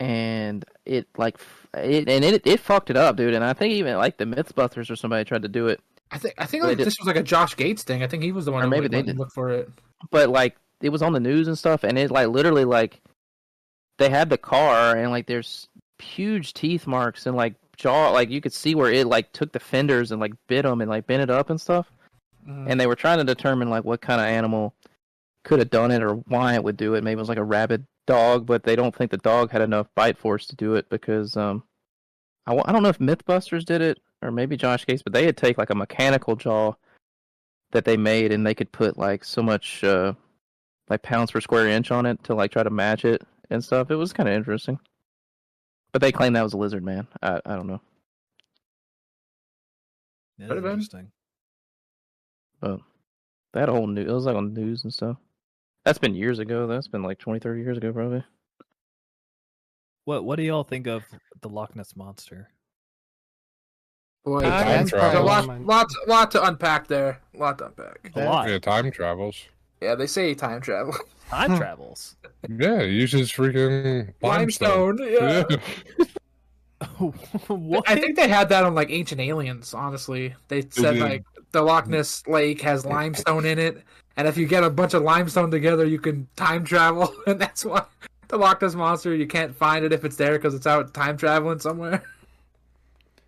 [SPEAKER 5] and it like f- it and it it fucked it up, dude. And I think even like the MythBusters or somebody tried to do it,
[SPEAKER 7] I think I think
[SPEAKER 5] They
[SPEAKER 7] like,
[SPEAKER 5] did-
[SPEAKER 7] this was like a Josh Gates thing. I think he was the one
[SPEAKER 5] Or
[SPEAKER 7] who
[SPEAKER 5] maybe
[SPEAKER 7] like,
[SPEAKER 5] they
[SPEAKER 7] went
[SPEAKER 5] did.
[SPEAKER 7] and looked for it.
[SPEAKER 5] but like it was on the news and stuff, and it like literally like they had the car and like there's huge teeth marks and like jaw like you could see where it like took the fenders and like bit them and like bent it up and stuff.
[SPEAKER 7] Mm.
[SPEAKER 5] and they were trying to determine like what kind of animal could have done it or why it would do it. Maybe it was like a rabid dog, but they don't think the dog had enough bite force to do it because um, I, wa- I don't know if MythBusters did it or maybe Josh Gates, but they had take like a mechanical jaw that they made and they could put like so much uh, like pounds per square inch on it to like try to match it and stuff. It was kind of interesting, but they claimed that was a lizard man. I I don't know.
[SPEAKER 2] Yeah,
[SPEAKER 7] Could've been.
[SPEAKER 2] interesting.
[SPEAKER 5] That whole new it was like on the news and stuff. That's been years ago. That's been like 20, 30 years ago, probably.
[SPEAKER 2] What What do y'all think of the Loch Ness monster?
[SPEAKER 7] Boy,
[SPEAKER 8] Time
[SPEAKER 7] that's-
[SPEAKER 8] travel.
[SPEAKER 7] there's a lot,
[SPEAKER 6] Time.
[SPEAKER 7] lot, lot to unpack there. lot to unpack.
[SPEAKER 2] A
[SPEAKER 6] That-
[SPEAKER 2] lot.
[SPEAKER 8] Yeah, time travels.
[SPEAKER 7] Yeah, they say time travel.
[SPEAKER 2] Time travels.
[SPEAKER 8] Yeah, he uses freaking limestone.
[SPEAKER 7] Limestone. Yeah.
[SPEAKER 2] what?
[SPEAKER 7] I think they had that on like Ancient Aliens. Honestly, they said
[SPEAKER 8] did.
[SPEAKER 7] like the Loch Ness Lake has limestone in it, and if you get a bunch of limestone together, you can time travel, and that's why the Loch Ness monster you can't find it if it's there because it's out time traveling somewhere.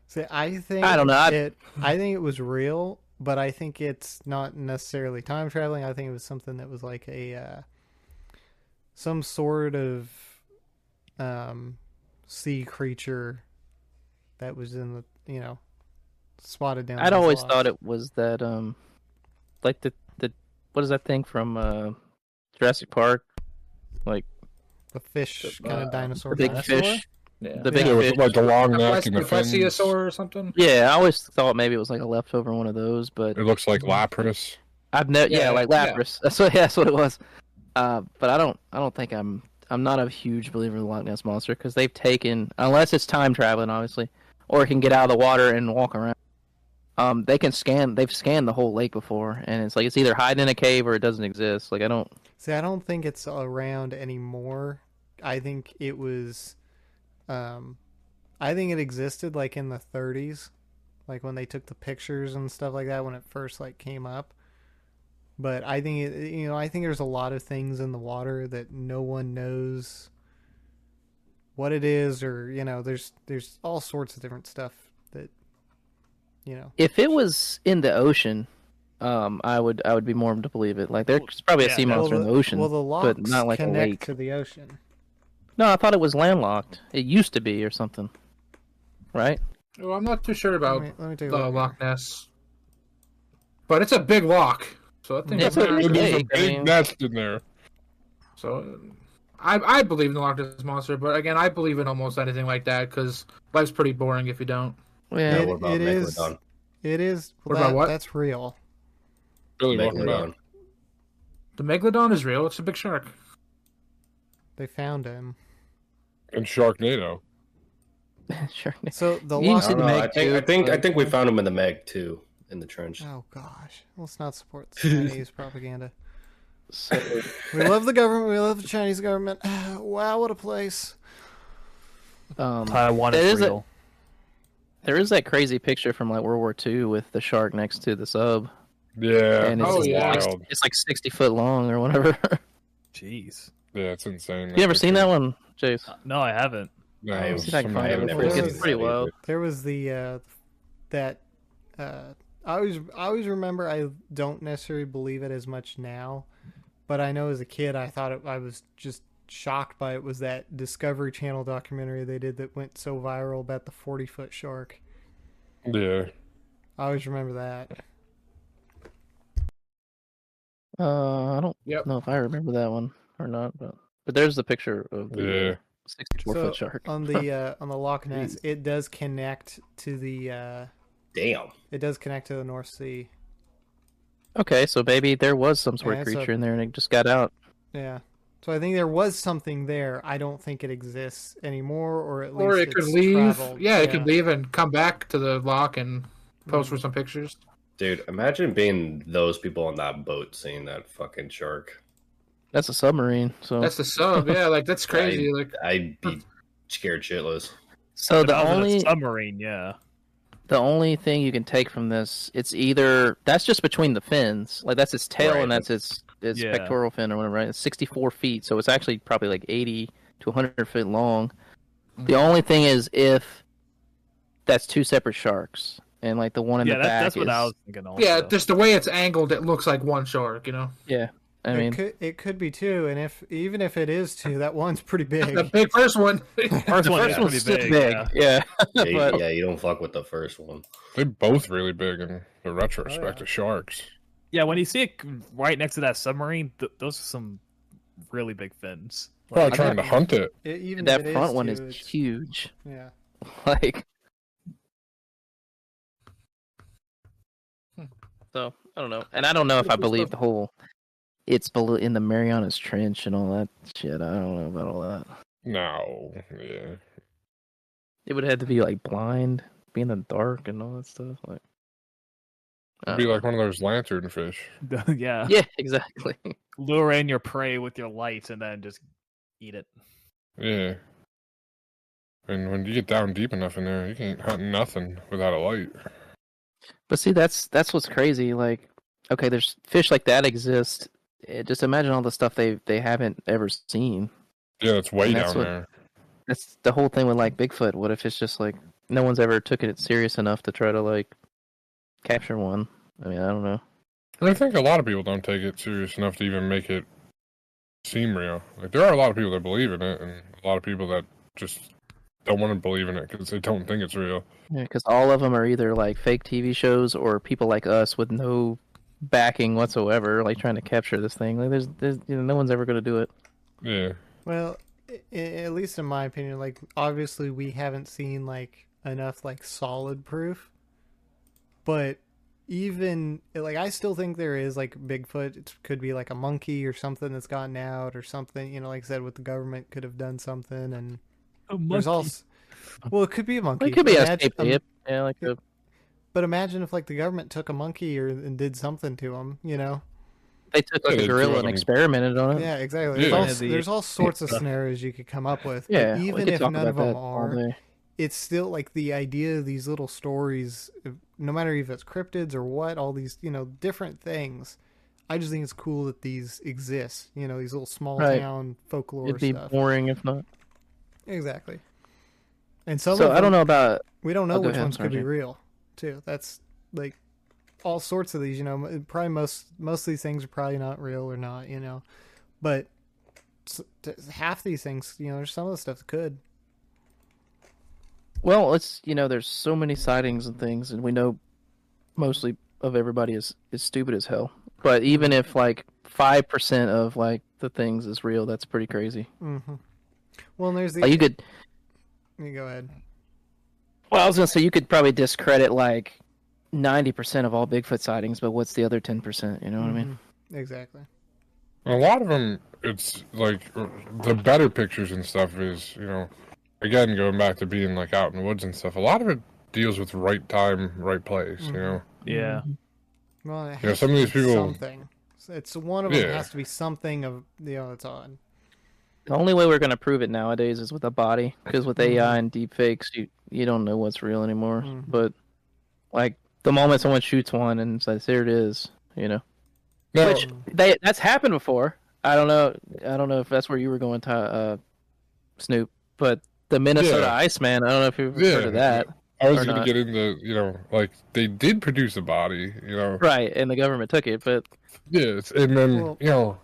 [SPEAKER 6] See, I think
[SPEAKER 5] I don't know, I-
[SPEAKER 6] It, I think it was real, but I think it's not necessarily time traveling. I think it was something that was like a uh, some sort of um, sea creature that was in the you know spotted down.
[SPEAKER 5] I'd
[SPEAKER 6] those
[SPEAKER 5] always
[SPEAKER 6] logs.
[SPEAKER 5] thought it was that um, like the the what is that thing from uh, Jurassic Park?
[SPEAKER 6] the fish
[SPEAKER 7] the,
[SPEAKER 6] kind
[SPEAKER 7] uh,
[SPEAKER 6] of dinosaur.
[SPEAKER 5] The big
[SPEAKER 6] dinosaur?
[SPEAKER 5] fish.
[SPEAKER 7] Yeah.
[SPEAKER 5] The big
[SPEAKER 8] Yeah,
[SPEAKER 5] fish.
[SPEAKER 8] with like the long neck and the fins.
[SPEAKER 7] plesiosaur or something.
[SPEAKER 5] Yeah, I always thought maybe it was like a leftover one of those, but
[SPEAKER 8] It looks like Lapras.
[SPEAKER 5] I've never. Yeah,
[SPEAKER 7] Yeah,
[SPEAKER 5] like
[SPEAKER 7] yeah.
[SPEAKER 5] Lapras. That's what. Yeah, that's what it was. Uh, but I don't. I don't think I'm. I'm not a huge believer in the Loch Ness monster because they've taken, unless it's time traveling, obviously, or it can get out of the water and walk around. Um, they can scan. They've scanned the whole lake before, and it's like it's either hiding in a cave or it doesn't exist. Like I don't.
[SPEAKER 6] See, I don't think it's around anymore. I think it was, um, I think it existed like in the 30s, like when they took the pictures and stuff like that when it first like came up. But I think it, you know, I think there's a lot of things in the water that no one knows what it is, or you know, there's there's all sorts of different stuff that, you know,
[SPEAKER 5] If it was in the ocean, um, I would. I would be more to believe it. Like there's probably a
[SPEAKER 2] Yeah,
[SPEAKER 5] sea
[SPEAKER 2] that-
[SPEAKER 5] monster
[SPEAKER 6] well,
[SPEAKER 5] in the ocean.
[SPEAKER 6] Well, the locks
[SPEAKER 5] not like a
[SPEAKER 6] connect
[SPEAKER 5] lake.
[SPEAKER 6] to the ocean.
[SPEAKER 5] no, I thought it was landlocked. It used to be or something, right?
[SPEAKER 7] Well, I'm not too sure
[SPEAKER 6] Let
[SPEAKER 7] about
[SPEAKER 6] me, let me take a
[SPEAKER 7] the
[SPEAKER 6] look.
[SPEAKER 7] Loch Ness, but it's a big lock. So I think
[SPEAKER 5] That's
[SPEAKER 7] that's
[SPEAKER 5] what
[SPEAKER 8] There's
[SPEAKER 5] it is.
[SPEAKER 8] a
[SPEAKER 5] Hey,
[SPEAKER 8] big
[SPEAKER 5] man.
[SPEAKER 8] nest in there.
[SPEAKER 7] So I I believe in the Loch Ness monster, but again, I believe in almost anything like that because life's pretty boring if you don't.
[SPEAKER 5] Yeah.
[SPEAKER 3] Yeah,
[SPEAKER 6] It-
[SPEAKER 3] what about
[SPEAKER 6] it is-
[SPEAKER 3] Megalodon?
[SPEAKER 6] It is.
[SPEAKER 7] What
[SPEAKER 6] that-
[SPEAKER 7] about what?
[SPEAKER 6] That's real.
[SPEAKER 8] Really walking
[SPEAKER 3] Megalodon.
[SPEAKER 8] about.
[SPEAKER 7] The megalodon is real. It's a big shark.
[SPEAKER 6] They found him.
[SPEAKER 8] And Sharknado.
[SPEAKER 5] sure.
[SPEAKER 6] So the
[SPEAKER 5] You
[SPEAKER 3] I
[SPEAKER 6] lost.
[SPEAKER 5] said-
[SPEAKER 3] don't know. I
[SPEAKER 5] Meg
[SPEAKER 3] think, I
[SPEAKER 5] too,
[SPEAKER 3] think I
[SPEAKER 5] but-
[SPEAKER 3] think we found him in the Meg too, in the trench.
[SPEAKER 6] Oh gosh, let's not support the Chinese propaganda.
[SPEAKER 5] So,
[SPEAKER 6] We love the government. We love the Chinese government. Wow, what a place!
[SPEAKER 5] um,
[SPEAKER 2] Taiwan
[SPEAKER 5] That
[SPEAKER 2] is
[SPEAKER 5] is a-
[SPEAKER 2] real.
[SPEAKER 5] There is that crazy picture from like World War II with the shark next to the sub,
[SPEAKER 8] Yeah.
[SPEAKER 5] and it's,
[SPEAKER 7] Oh,
[SPEAKER 5] just,
[SPEAKER 7] yeah.
[SPEAKER 5] like,
[SPEAKER 8] wild.
[SPEAKER 5] it's like sixty foot long or whatever.
[SPEAKER 2] Jeez. Uh,
[SPEAKER 8] Yeah, it's insane.
[SPEAKER 5] you ever seen that one, Jace?
[SPEAKER 2] No, I haven't.
[SPEAKER 8] No,
[SPEAKER 3] I haven't
[SPEAKER 8] it's
[SPEAKER 5] seen that
[SPEAKER 8] somebody else.
[SPEAKER 5] kind of
[SPEAKER 6] before. It's
[SPEAKER 3] that
[SPEAKER 5] pretty
[SPEAKER 3] either.
[SPEAKER 5] wild.
[SPEAKER 6] There was the uh, that uh, I always I always remember. I don't necessarily believe it as much now, but I know as a kid I thought it, I was just shocked by it. Was that Discovery Channel documentary they did that went so viral about the forty foot shark?
[SPEAKER 8] Yeah.
[SPEAKER 6] I always remember that.
[SPEAKER 5] Uh, I don't
[SPEAKER 7] Yep.
[SPEAKER 5] know if I remember that one or not, but but there's the picture of
[SPEAKER 8] Yeah.
[SPEAKER 5] the sixty four foot shark.
[SPEAKER 6] on the uh, on the Loch Ness, it does connect to the uh,
[SPEAKER 3] Damn.
[SPEAKER 6] it does connect to the North Sea.
[SPEAKER 5] okay, so maybe there was some sort
[SPEAKER 6] Yeah,
[SPEAKER 5] of
[SPEAKER 6] it's a-
[SPEAKER 5] creature in there and it just got out.
[SPEAKER 6] Yeah, so I think there was something there. I don't think it exists anymore, or at least
[SPEAKER 7] Or it could
[SPEAKER 6] it's
[SPEAKER 7] leave.
[SPEAKER 6] traveled.
[SPEAKER 7] Yeah, it could leave and come back to the lock and post for some pictures.
[SPEAKER 3] Dude, imagine being those people on that boat seeing that fucking shark.
[SPEAKER 5] That's a submarine. So
[SPEAKER 7] That's the sub. Oh. Yeah, like that's crazy. Like
[SPEAKER 3] I'd be scared shitless.
[SPEAKER 5] so
[SPEAKER 2] If
[SPEAKER 5] Oh, the
[SPEAKER 2] I was in a
[SPEAKER 5] only
[SPEAKER 2] submarine, yeah.
[SPEAKER 5] the only thing you can take from this it's either that's just between the fins like that's its tail
[SPEAKER 3] Right.
[SPEAKER 5] and that's its its
[SPEAKER 2] Yeah.
[SPEAKER 5] pectoral fin or whatever right it's 64 feet so it's actually probably like 80 to 100 feet long the
[SPEAKER 2] Mm.
[SPEAKER 5] only thing is if that's two separate sharks and like the one in
[SPEAKER 2] Yeah,
[SPEAKER 5] the
[SPEAKER 2] that,
[SPEAKER 5] back
[SPEAKER 2] that's what I
[SPEAKER 5] is-
[SPEAKER 2] was thinking. Also.
[SPEAKER 7] yeah, just the way it's angled, it looks like one shark. You know,
[SPEAKER 5] i mean
[SPEAKER 6] it could it could be two, and if even if it is two, that one's pretty
[SPEAKER 7] the
[SPEAKER 6] big.
[SPEAKER 7] big first one.
[SPEAKER 2] first one
[SPEAKER 5] the first
[SPEAKER 2] is
[SPEAKER 5] one's
[SPEAKER 2] pretty
[SPEAKER 5] still
[SPEAKER 2] big,
[SPEAKER 5] big,
[SPEAKER 2] yeah.
[SPEAKER 5] yeah,
[SPEAKER 3] Yeah, you-
[SPEAKER 5] But-
[SPEAKER 3] yeah, you don't fuck with the first one.
[SPEAKER 8] They're both really big in the
[SPEAKER 5] Oh,
[SPEAKER 8] retrospect of sharks.
[SPEAKER 2] Yeah, when you see it right next to that submarine, th- those are some really big fins.
[SPEAKER 8] Probably
[SPEAKER 5] I
[SPEAKER 8] trying to
[SPEAKER 6] bet-
[SPEAKER 8] hunt it.
[SPEAKER 6] It- even if
[SPEAKER 5] that
[SPEAKER 6] it
[SPEAKER 5] front one
[SPEAKER 6] two,
[SPEAKER 5] is
[SPEAKER 6] it's-
[SPEAKER 5] huge
[SPEAKER 6] Yeah,
[SPEAKER 5] like Hmm. so i don't know and i don't know if i believe the whole it's below in the marianas trench and all that shit i don't know about all that
[SPEAKER 8] No. Yeah.
[SPEAKER 5] it would have to be like blind be in the dark and all that stuff like I
[SPEAKER 8] It'd be
[SPEAKER 5] don't
[SPEAKER 8] like one of those lantern fish.
[SPEAKER 2] Like, yeah.
[SPEAKER 5] know. yeah exactly
[SPEAKER 2] Lure in your prey with your lights and then just eat it.
[SPEAKER 8] Yeah. And when you get down deep enough in there, you can't hunt nothing without a light.
[SPEAKER 5] but see that's that's what's crazy like okay there's fish like that exist Eh, just imagine all the stuff they they haven't ever seen
[SPEAKER 8] Yeah, it's way
[SPEAKER 5] And that's
[SPEAKER 8] down
[SPEAKER 5] what-
[SPEAKER 8] there.
[SPEAKER 5] that's the whole thing with like Bigfoot. What if it's just like no one's ever took it serious enough to try to like capture one? I mean, I don't know.
[SPEAKER 8] And I think a lot of people don't take it serious enough to even make it seem real. Like there are a lot of people that believe in it, and a lot of people that just don't want to believe in it because they don't think it's real.
[SPEAKER 5] because all of them are either like fake TV shows or people like us with no backing whatsoever, like trying to capture this thing. Like, there's, there's you know, no one's ever going to do it.
[SPEAKER 8] Yeah.
[SPEAKER 6] Well, i- i- at least in my opinion, like obviously we haven't seen like enough like solid proof, but even like I still think there is like Bigfoot. It could be like a monkey or something that's gotten out or something. You know, like I said, with the government could have done something, and there's also well, it could be a monkey.
[SPEAKER 5] It could be a
[SPEAKER 6] Imag-
[SPEAKER 5] escape
[SPEAKER 6] um,
[SPEAKER 5] tape. Yeah, like uh, a,
[SPEAKER 6] But imagine if like the government took a monkey or and did something to him. You know.
[SPEAKER 5] they took
[SPEAKER 8] Yeah,
[SPEAKER 5] like
[SPEAKER 8] they
[SPEAKER 5] a
[SPEAKER 8] threw
[SPEAKER 5] gorilla
[SPEAKER 8] out
[SPEAKER 5] and
[SPEAKER 8] them-
[SPEAKER 5] experimented on it.
[SPEAKER 6] Yeah, exactly.
[SPEAKER 8] Yeah.
[SPEAKER 6] There's,
[SPEAKER 2] Yeah,
[SPEAKER 6] all,
[SPEAKER 2] the-
[SPEAKER 6] there's all sorts of scenarios you could come up with. but
[SPEAKER 5] Yeah, we
[SPEAKER 6] even
[SPEAKER 5] could
[SPEAKER 6] if
[SPEAKER 5] talk
[SPEAKER 6] none
[SPEAKER 5] about
[SPEAKER 6] of them
[SPEAKER 5] that all
[SPEAKER 6] are,
[SPEAKER 5] day.
[SPEAKER 6] it's still like the idea of these little stories, uh, no matter if it's cryptids or what, all these, you know, different things. I just think it's cool that these exist, you know, these little small
[SPEAKER 5] Right.
[SPEAKER 6] town folklore
[SPEAKER 5] It'd be
[SPEAKER 6] stuff.
[SPEAKER 5] boring if not.
[SPEAKER 6] Exactly. And some
[SPEAKER 5] so
[SPEAKER 6] of
[SPEAKER 5] I don't
[SPEAKER 6] them-
[SPEAKER 5] know about
[SPEAKER 6] we don't know
[SPEAKER 5] Oh, go
[SPEAKER 6] which
[SPEAKER 5] ahead,
[SPEAKER 6] ones could be
[SPEAKER 5] Sergeant.
[SPEAKER 6] real, too. That's like all sorts of these. You know, m- probably most most of these things are probably not real or not. You know, but s- t- half these things, you know, there's some of the stuff that could.
[SPEAKER 5] Well, it's you know, there's so many sightings and things, and we know mostly of everybody is is stupid as hell. But even if like five percent of like the things is real, that's pretty crazy.
[SPEAKER 6] Mm-hmm. Well, and there's the.
[SPEAKER 5] Like you could,
[SPEAKER 6] you go ahead.
[SPEAKER 5] well, I was gonna say you could probably discredit like ninety percent of all Bigfoot sightings, but what's the other ten percent? You know what I mean?
[SPEAKER 6] Mm-hmm. Exactly.
[SPEAKER 8] A lot of them, it's like the better pictures and stuff is, you know, again, going back to being like out in the woods and stuff, a lot of it deals with right time, right place,
[SPEAKER 5] Mm-hmm.
[SPEAKER 8] you know?
[SPEAKER 2] Yeah.
[SPEAKER 6] Well, it has
[SPEAKER 8] Yeah, some of
[SPEAKER 6] to
[SPEAKER 8] these
[SPEAKER 6] be
[SPEAKER 8] people-
[SPEAKER 6] Something. So It's one of them
[SPEAKER 8] Yeah.
[SPEAKER 6] has to be something of you know that's on.
[SPEAKER 5] The only way we're gonna prove it nowadays is with a body, because with AI and deepfakes, you you don't know what's real anymore.
[SPEAKER 6] Mhm.
[SPEAKER 5] But like the moment someone shoots one and says, "Here it is," you know.
[SPEAKER 8] Now,
[SPEAKER 5] Which they that's happened before. I don't know. I don't know if that's where you were going, Ty, uh, Snoop. But the Minnesota
[SPEAKER 8] Yeah.
[SPEAKER 5] Iceman. I don't know if you've
[SPEAKER 8] Yeah,
[SPEAKER 5] heard of that.
[SPEAKER 8] I was
[SPEAKER 5] or
[SPEAKER 8] going to
[SPEAKER 5] not.
[SPEAKER 8] get into, you know, like they did produce a body, you know?
[SPEAKER 5] Right, and the government took it. But
[SPEAKER 8] Yes. And then,
[SPEAKER 6] Well-
[SPEAKER 8] you know,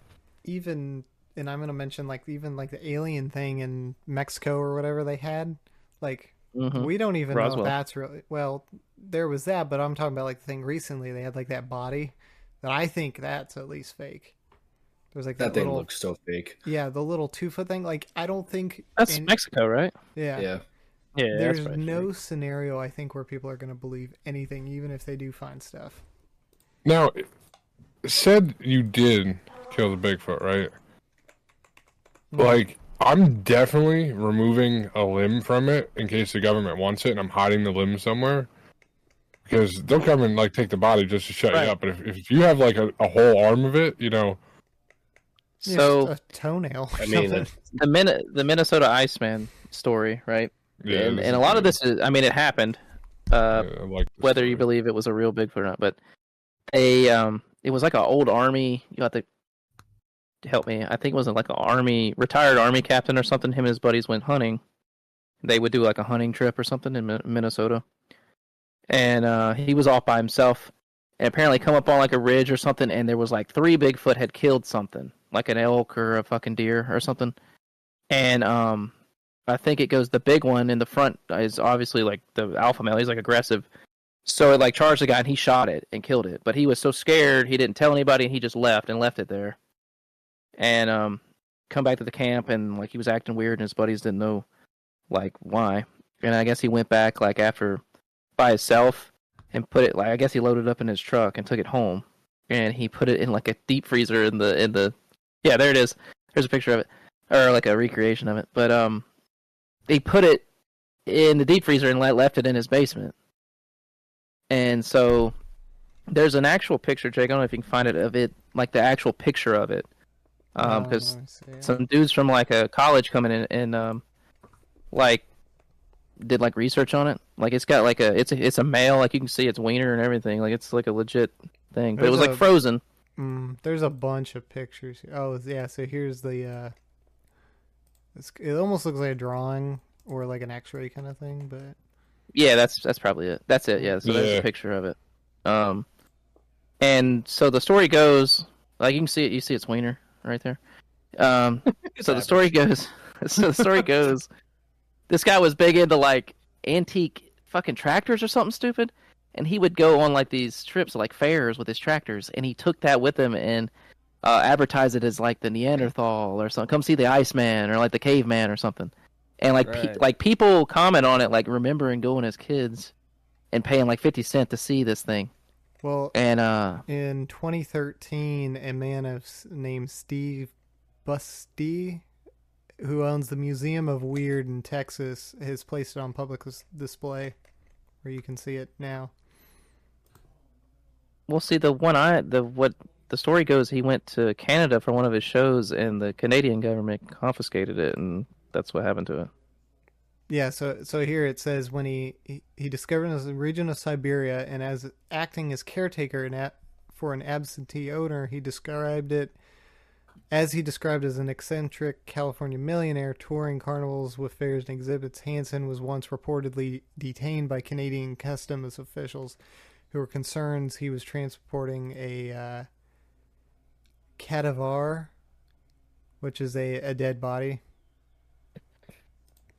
[SPEAKER 6] even and I'm gonna mention like even like the alien thing in Mexico or whatever they had. Like
[SPEAKER 5] mhm.
[SPEAKER 6] we don't even know
[SPEAKER 5] Roswell.
[SPEAKER 6] if that's really well. There was that, but I'm talking about like the thing recently. They had like that body that I think that's at least fake. There was like that,
[SPEAKER 3] That thing
[SPEAKER 6] little,
[SPEAKER 3] looks so fake.
[SPEAKER 6] yeah, the little two foot thing. Like I don't think
[SPEAKER 5] that's
[SPEAKER 6] in-
[SPEAKER 5] Mexico, right?
[SPEAKER 6] yeah.
[SPEAKER 3] Yeah.
[SPEAKER 5] Yeah, that's
[SPEAKER 6] There's
[SPEAKER 5] right.
[SPEAKER 6] no scenario I think where people are going to believe anything, even if they do find stuff.
[SPEAKER 8] now, said you did kill the Bigfoot, right? Like, I'm definitely removing a limb from it in case the government wants it, and I'm hiding the limb somewhere. Because they'll come and like take the body just to shut
[SPEAKER 5] Right.
[SPEAKER 8] you up. But if, if you have like a, a whole arm of it, you know,
[SPEAKER 6] Yeah,
[SPEAKER 5] So-
[SPEAKER 6] just a toenail. Or
[SPEAKER 3] I mean,
[SPEAKER 6] something.
[SPEAKER 3] it's-
[SPEAKER 5] The Min- the Minnesota Iceman story, right?
[SPEAKER 8] yeah,
[SPEAKER 5] and, and a lot of this is. I mean, it happened. Uh,
[SPEAKER 8] yeah, like this
[SPEAKER 5] whether you
[SPEAKER 8] story.
[SPEAKER 5] believe it was a real Bigfoot or not, but they um it was like an old army you have to help me. I think it was like an army retired army captain or something. Him and his buddies went hunting. They would do like a hunting trip or something in Min- Minnesota. And uh he was off by himself and apparently come up on like a ridge or something and there was like three Bigfoot had killed something, like an elk or a fucking deer or something. And um I think it goes the big one in the front is obviously like the alpha male. He's like aggressive. So it like charged the guy and he shot it and killed it. But he was so scared he didn't tell anybody and he just left and left it there. And um come back to the camp and like he was acting weird and his buddies didn't know like why. And I guess he went back like after by himself and put it like I guess he loaded it up in his truck and took it home. And he put it in like a deep freezer in the in the Yeah, there it is. There's a picture of it. Or like a recreation of it. But um he put it in the deep freezer and le- left it in his basement. And so there's an actual picture, Jake. I don't know if you can find it of it, like the actual picture of it, Um,
[SPEAKER 6] Oh,
[SPEAKER 5] because
[SPEAKER 6] I see.
[SPEAKER 5] uh, some dudes from like a college coming in and um, like did like research on it. Like it's got like a it's a, it's a male, like you can see its wiener and everything. Like it's like a legit thing, but it
[SPEAKER 6] There's
[SPEAKER 5] was
[SPEAKER 6] a-
[SPEAKER 5] like frozen.
[SPEAKER 6] Mm, there's a bunch of pictures. here. Oh yeah, so here's the. uh it's, It almost looks like a drawing or like an X-ray kind of thing, but
[SPEAKER 5] Yeah, that's that's probably it. That's it. Yeah. So there's
[SPEAKER 8] Yeah.
[SPEAKER 5] a picture of it. Um, and so the story goes like you can see it. You see its wiener right there. Um, so the story goes. So the story goes this guy was big into like antique fucking tractors or something stupid, and he would go on like these trips like fairs with his tractors, and he took that with him and uh, advertised it as like the Neanderthal or something. Come see the Iceman or like the Caveman or something. And like pe-
[SPEAKER 2] Right.
[SPEAKER 5] like people comment on it like remembering going as kids and paying like fifty cent to see this thing.
[SPEAKER 6] Well,
[SPEAKER 5] And uh
[SPEAKER 6] in 2013, a man of, s- named Steve Busty, who owns the Museum of Weird in Texas, has placed it on public dis- display, where you can see it now.
[SPEAKER 5] Well, see, the one I the what the story goes, he went to Canada for one of his shows, and the Canadian government confiscated it, and that's what happened to it.
[SPEAKER 6] Yeah, so so here it says when he he, he discovered it was the region of Siberia and as acting as caretaker and at, for an absentee owner, he described it as he described as an eccentric California millionaire touring carnivals with fairs and exhibits. Hansen was once reportedly detained by Canadian customs officials who were concerned he was transporting a uh, cadaver, which is a, a dead body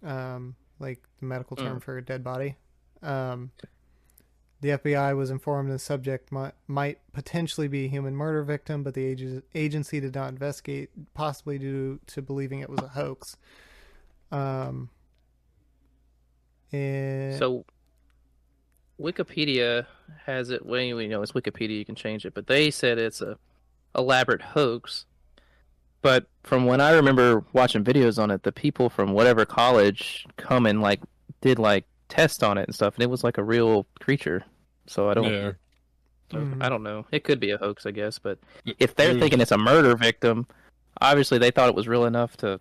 [SPEAKER 6] um, like the medical term for a dead body. Um, the FBI was informed the subject might, might potentially be a human murder victim, but the ag- agency did not investigate, possibly due to believing it was a hoax. Um, and
[SPEAKER 5] So, Wikipedia has it. Well, you know, it's Wikipedia. You can change it, but they said it's a elaborate hoax. But from when I remember watching videos on it, the people from whatever college come and like did like tests on it and stuff, and it was like a real creature. So I don't.
[SPEAKER 8] Yeah.
[SPEAKER 5] So,
[SPEAKER 6] Mhm.
[SPEAKER 5] I don't know. It could be a hoax, I guess. But
[SPEAKER 8] Th-
[SPEAKER 5] if they're
[SPEAKER 8] there's-
[SPEAKER 5] thinking it's a murder victim, obviously they thought it was real enough to.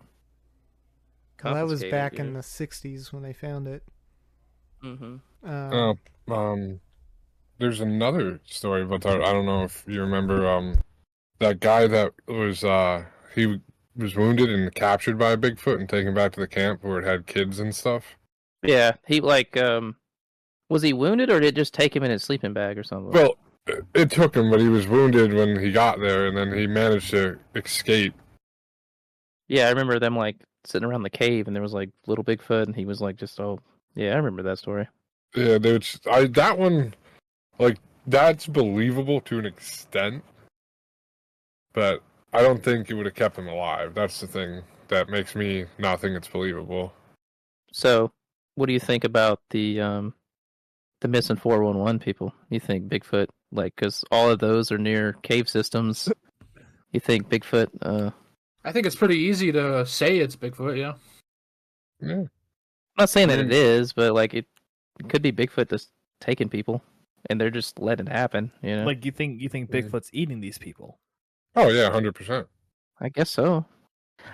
[SPEAKER 6] well, that was
[SPEAKER 5] confiscate it,
[SPEAKER 6] back
[SPEAKER 5] you
[SPEAKER 6] in
[SPEAKER 5] know?
[SPEAKER 6] the '60s when they found it.
[SPEAKER 5] Mhm.
[SPEAKER 6] Um,
[SPEAKER 8] Oh, um, there's another story about that. I don't know if you remember um, that guy that was uh, he was wounded and captured by a Bigfoot and taken back to the camp where it had kids and stuff.
[SPEAKER 5] Yeah, he like um, was he wounded or did it just take him in his sleeping bag or something?
[SPEAKER 8] Well, it- it took him, but he was wounded when he got there, and then he managed to escape.
[SPEAKER 5] yeah, I remember them like sitting around the cave and there was like little Bigfoot and he was like just all. Yeah, I remember that story.
[SPEAKER 8] Yeah, they would, I that one, like that's believable to an extent, but I don't think it would have kept him alive. That's the thing that makes me not think it's believable.
[SPEAKER 5] So, what do you think about the um, the missing four one one people? You think Bigfoot like because all of those are near cave systems. You think Bigfoot? Uh,
[SPEAKER 7] I think it's pretty easy to say it's Bigfoot. Yeah.
[SPEAKER 8] Yeah.
[SPEAKER 5] I'm not saying that
[SPEAKER 8] Mm.
[SPEAKER 5] it is, but like it, it could be Bigfoot that's taking people, and they're just letting it happen. You know,
[SPEAKER 2] Like you think you think
[SPEAKER 8] Yeah.
[SPEAKER 2] Bigfoot's eating these people?
[SPEAKER 8] Oh yeah, hundred percent.
[SPEAKER 5] I guess so.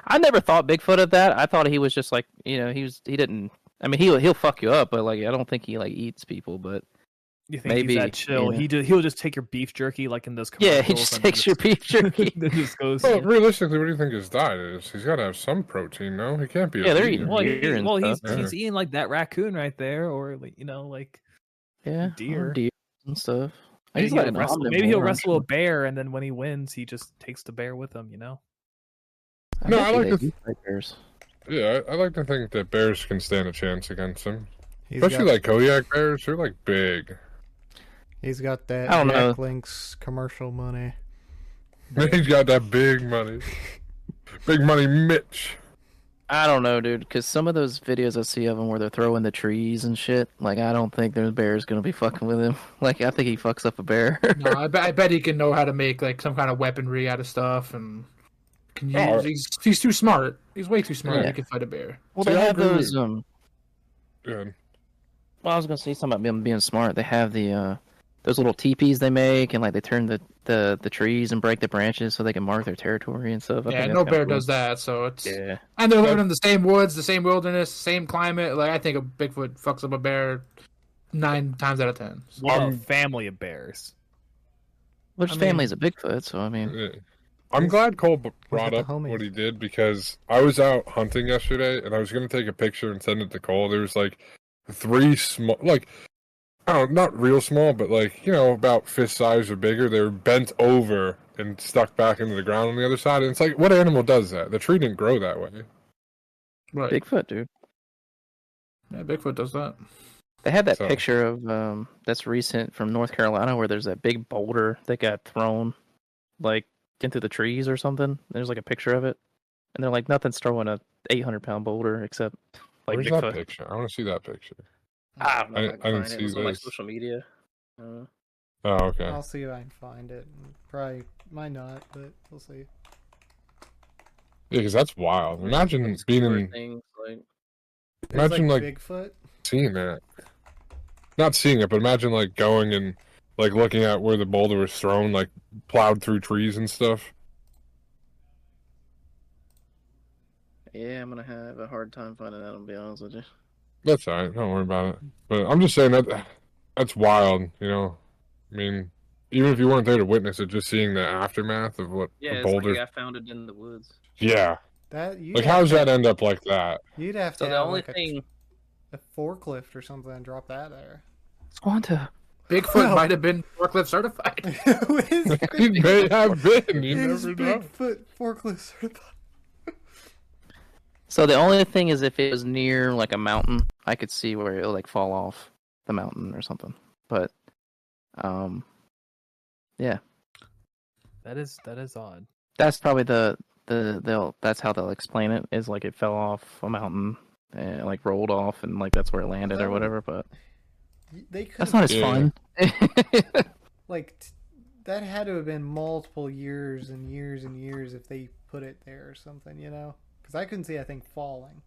[SPEAKER 5] I never thought Bigfoot of that. I thought he was just like you know he was he didn't. I mean he'll he'll fuck you up, but like I don't think he like eats people. But
[SPEAKER 2] You think
[SPEAKER 5] Maybe,
[SPEAKER 2] he's that chill?
[SPEAKER 5] yeah.
[SPEAKER 2] He do, he'll just take your beef jerky like in those commercials.
[SPEAKER 5] yeah, he just
[SPEAKER 2] and
[SPEAKER 5] takes your
[SPEAKER 2] just-
[SPEAKER 5] beef jerky.
[SPEAKER 2] and just goes.
[SPEAKER 6] Mm-hmm.
[SPEAKER 8] Well, realistically, what do you think his diet is? He's got to have some protein, no? He can't be. a
[SPEAKER 5] Yeah, they're
[SPEAKER 8] vegan.
[SPEAKER 5] eating
[SPEAKER 2] well, he-
[SPEAKER 5] deer and
[SPEAKER 2] well, he's
[SPEAKER 5] stuff.
[SPEAKER 2] he's eating like that raccoon right there, or like you know, like
[SPEAKER 5] yeah, or
[SPEAKER 2] deer.
[SPEAKER 5] deer and stuff.
[SPEAKER 2] maybe
[SPEAKER 5] He's
[SPEAKER 2] he'll,
[SPEAKER 5] like an
[SPEAKER 2] wrestle, maybe he'll
[SPEAKER 5] omnivore, I'm
[SPEAKER 2] wrestle
[SPEAKER 5] sure.
[SPEAKER 2] a bear, and then when he wins, he just takes the bear with him. You know,
[SPEAKER 8] No,
[SPEAKER 5] bet
[SPEAKER 8] I
[SPEAKER 5] you
[SPEAKER 8] like
[SPEAKER 5] they
[SPEAKER 8] to
[SPEAKER 5] do fight bears.
[SPEAKER 8] Yeah, I, I like to think that bears can stand a chance against him,
[SPEAKER 6] he's
[SPEAKER 8] especially
[SPEAKER 6] got,
[SPEAKER 8] like Kodiak bears. They're like big.
[SPEAKER 6] he's got that
[SPEAKER 5] I don't know.
[SPEAKER 6] Jack Links commercial money.
[SPEAKER 8] He's got that big money, big money, Mitch.
[SPEAKER 5] I don't know, dude, because some of those videos I see of him where they're throwing the trees and shit, like I don't think there's bears gonna be fucking with him. Like I think he fucks up a bear.
[SPEAKER 7] No, I, be- I bet he can know how to make like some kind of weaponry out of stuff and can use.
[SPEAKER 8] Oh.
[SPEAKER 7] He's, he's too smart. He's way too smart.
[SPEAKER 5] Yeah.
[SPEAKER 7] He can fight a bear.
[SPEAKER 5] well,
[SPEAKER 8] See,
[SPEAKER 5] they
[SPEAKER 8] I
[SPEAKER 5] have
[SPEAKER 8] agree with
[SPEAKER 5] those. Um,
[SPEAKER 8] Yeah,
[SPEAKER 5] well, I was gonna say something about them being smart. They have the uh, those little teepees they make, and like they turn the, the the trees and break the branches so they can mark their territory and stuff. I
[SPEAKER 7] yeah,
[SPEAKER 5] think
[SPEAKER 7] no
[SPEAKER 5] that's kinda
[SPEAKER 7] bear
[SPEAKER 5] cool.
[SPEAKER 7] does that. So it's
[SPEAKER 5] Yeah,
[SPEAKER 7] and they're living in the same woods, the same wilderness, same climate. Like I think a Bigfoot fucks up a bear nine times out of ten. So,
[SPEAKER 2] what
[SPEAKER 5] Um,
[SPEAKER 2] a family of bears.
[SPEAKER 5] which
[SPEAKER 7] I mean-
[SPEAKER 5] family's a Bigfoot, so I mean,
[SPEAKER 8] yeah. I'm glad Cole b- brought
[SPEAKER 6] the
[SPEAKER 8] up
[SPEAKER 6] homies.
[SPEAKER 8] what he did because I was out hunting yesterday and I was gonna take a picture and send it to Cole. There was like three small, like I don't, not real small, but like you know about fist size or bigger. They were bent over and stuck back into the ground on the other side. And it's like, what animal does that? The tree didn't grow that way.
[SPEAKER 7] right.
[SPEAKER 5] Bigfoot, dude.
[SPEAKER 7] Yeah, Bigfoot does that.
[SPEAKER 5] They had that
[SPEAKER 8] So-
[SPEAKER 5] picture of um that's recent from North Carolina where there's that big boulder that got thrown like into the trees or something. There's like a picture of it. And they're like nothing's throwing a 800 pound boulder except like
[SPEAKER 8] Where's that
[SPEAKER 5] Bigfoot.
[SPEAKER 8] picture? I want to see that picture.
[SPEAKER 5] I don't know.
[SPEAKER 8] I- I
[SPEAKER 5] if
[SPEAKER 8] didn't
[SPEAKER 5] can find it.
[SPEAKER 8] see
[SPEAKER 5] It was on my
[SPEAKER 8] this.
[SPEAKER 5] social media. Uh, I don't know.
[SPEAKER 8] Oh, okay.
[SPEAKER 6] I'll see if I can find it. Probably might not, but we'll see.
[SPEAKER 8] Yeah, because that's wild. Imagine
[SPEAKER 5] It's
[SPEAKER 8] being
[SPEAKER 5] covered
[SPEAKER 8] in,
[SPEAKER 5] things like
[SPEAKER 6] It's
[SPEAKER 8] imagine like,
[SPEAKER 6] Bigfoot.
[SPEAKER 8] seeing that. Not seeing it, but imagine like going and like looking at where the boulder was thrown, like plowed through trees and stuff.
[SPEAKER 5] yeah, I'm gonna have a hard time finding that. I'll be honest with you.
[SPEAKER 8] That's all right. Don't worry about it. But I'm just saying that that's wild. You know, I mean, even if you weren't there to witness it, just seeing the aftermath of what
[SPEAKER 5] Yeah,
[SPEAKER 8] the
[SPEAKER 5] it's
[SPEAKER 8] boulder.
[SPEAKER 5] like I found it in the woods.
[SPEAKER 8] yeah.
[SPEAKER 6] That you'd
[SPEAKER 8] Like,
[SPEAKER 6] have
[SPEAKER 8] how does
[SPEAKER 6] to-
[SPEAKER 8] that end up like that?
[SPEAKER 6] You'd have to
[SPEAKER 5] So the
[SPEAKER 6] have
[SPEAKER 5] only
[SPEAKER 6] like a-
[SPEAKER 5] thing,
[SPEAKER 6] a, forklift or something and drop that there.
[SPEAKER 5] Squanta,
[SPEAKER 7] Bigfoot
[SPEAKER 6] Well-
[SPEAKER 7] might have been forklift certified.
[SPEAKER 6] Who is
[SPEAKER 8] He may have been. You
[SPEAKER 6] is
[SPEAKER 8] never know.
[SPEAKER 6] Bigfoot forklift certified?
[SPEAKER 5] So the only thing is, if it was near like a mountain, I could see where it would like fall off the mountain or something. But, um,
[SPEAKER 2] That is that is odd.
[SPEAKER 5] that's probably the the they'll that's how they'll explain it is like it fell off a mountain and like rolled off and like that's where it landed or whatever. But
[SPEAKER 6] They could
[SPEAKER 5] that's not as
[SPEAKER 8] Yeah.
[SPEAKER 5] fun.
[SPEAKER 6] like t- that had to have been multiple years and years and years if they put it there or something, you know? Because I couldn't see that thing falling.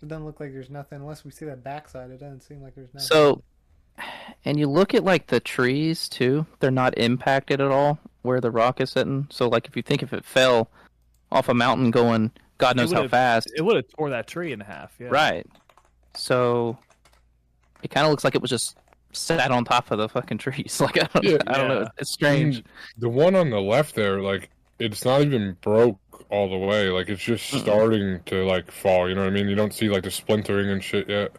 [SPEAKER 6] It doesn't look like there's nothing unless we see that backside. It doesn't seem like there's nothing.
[SPEAKER 5] so, and you look at like the trees too; they're not impacted at all where the rock is sitting. So like if you think if it fell off a mountain going God
[SPEAKER 2] It
[SPEAKER 5] knows how
[SPEAKER 2] would've-
[SPEAKER 5] fast,
[SPEAKER 2] It would have tore that tree in half. Yeah.
[SPEAKER 5] Right. So it kind of looks like it was just sat on top of the fucking trees. Like I don't,
[SPEAKER 8] Yeah.
[SPEAKER 5] I don't
[SPEAKER 2] Yeah.
[SPEAKER 5] know. It's strange.
[SPEAKER 8] Mm, The one on the left there, like it's not even broke all the way. Like it's just
[SPEAKER 5] Mm-mm.
[SPEAKER 8] starting to like fall. You know what I mean? You don't see like the splintering and shit yet.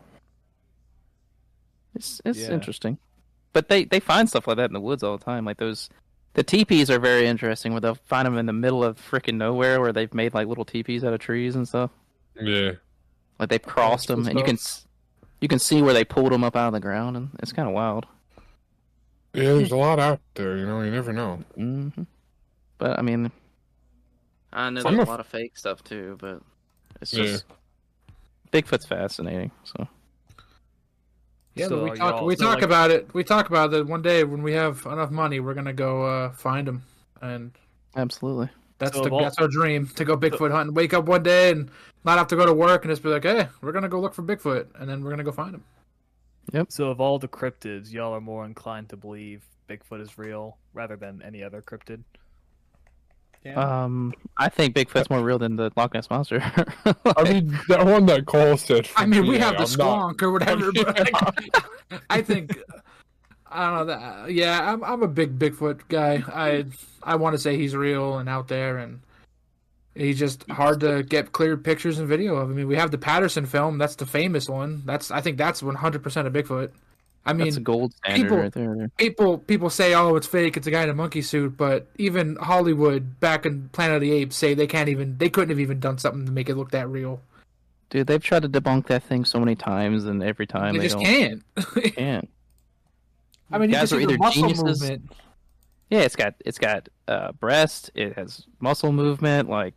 [SPEAKER 5] It's it's
[SPEAKER 2] Yeah.
[SPEAKER 5] interesting. But they they find stuff like that in the woods all the time. Like those the teepees are very interesting. Where they'll find them in the middle of freaking nowhere, where they've made like little teepees out of trees and stuff.
[SPEAKER 8] Yeah.
[SPEAKER 5] Like they've crossed
[SPEAKER 7] cool
[SPEAKER 5] them, and you can s- you can see where they pulled them up out of the ground, and it's kind of wild.
[SPEAKER 8] Yeah, there's a lot out there. You know, you never know.
[SPEAKER 5] hmm But I mean, I know
[SPEAKER 8] So I'm
[SPEAKER 5] there's a
[SPEAKER 8] a-
[SPEAKER 5] lot of fake stuff too, but it's
[SPEAKER 8] Yeah.
[SPEAKER 5] just Bigfoot's fascinating. So
[SPEAKER 7] Yeah,
[SPEAKER 2] So
[SPEAKER 7] but we
[SPEAKER 2] are
[SPEAKER 7] talk
[SPEAKER 2] y'all-
[SPEAKER 7] we
[SPEAKER 2] so,
[SPEAKER 7] talk
[SPEAKER 2] like-
[SPEAKER 7] about it. We talk about it one day when we have enough money. We're gonna go uh, find him, and
[SPEAKER 5] absolutely,
[SPEAKER 7] that's
[SPEAKER 2] So
[SPEAKER 7] the,
[SPEAKER 2] of all-
[SPEAKER 7] that's our dream to go Bigfoot hunting. Wake up one day and not have to go to work and just be like, hey, we're gonna go look for Bigfoot, and then we're gonna go find him.
[SPEAKER 2] So of all the cryptids, y'all are more inclined to believe Bigfoot is real rather than any other cryptid.
[SPEAKER 6] yeah.
[SPEAKER 8] uh,
[SPEAKER 5] um, I think Bigfoot's more real than the Loch Ness monster.
[SPEAKER 8] I mean, that one that Cole said.
[SPEAKER 7] I mean, we
[SPEAKER 8] Yeah,
[SPEAKER 7] have the
[SPEAKER 8] I'm not-
[SPEAKER 7] squonk or whatever. But like, I think I don't know that. Yeah, I'm I'm a big Bigfoot guy. I I want to say he's real and out there, and he's just hard to get clear pictures and video of. I mean, we have the Patterson film. That's the famous one. That's I think that's 100 percent a Bigfoot. I mean,
[SPEAKER 5] That's a gold standard
[SPEAKER 7] people-
[SPEAKER 5] right there.
[SPEAKER 7] people people say, "Oh, it's fake. It's a guy in a monkey suit." But even Hollywood back in Planet of the Apes say they can't even they couldn't have even done something to make it look that real.
[SPEAKER 5] Dude, they've tried to debunk that thing so many times, and every time
[SPEAKER 7] they
[SPEAKER 5] they,
[SPEAKER 7] just
[SPEAKER 5] don't.
[SPEAKER 7] can't.
[SPEAKER 5] can't.
[SPEAKER 7] I mean, you can
[SPEAKER 5] Guys
[SPEAKER 7] see
[SPEAKER 5] are
[SPEAKER 7] the
[SPEAKER 5] either
[SPEAKER 7] muscle
[SPEAKER 5] geniuses-
[SPEAKER 7] movement.
[SPEAKER 5] Yeah, it's got it's got uh, breast. It has muscle movement. Like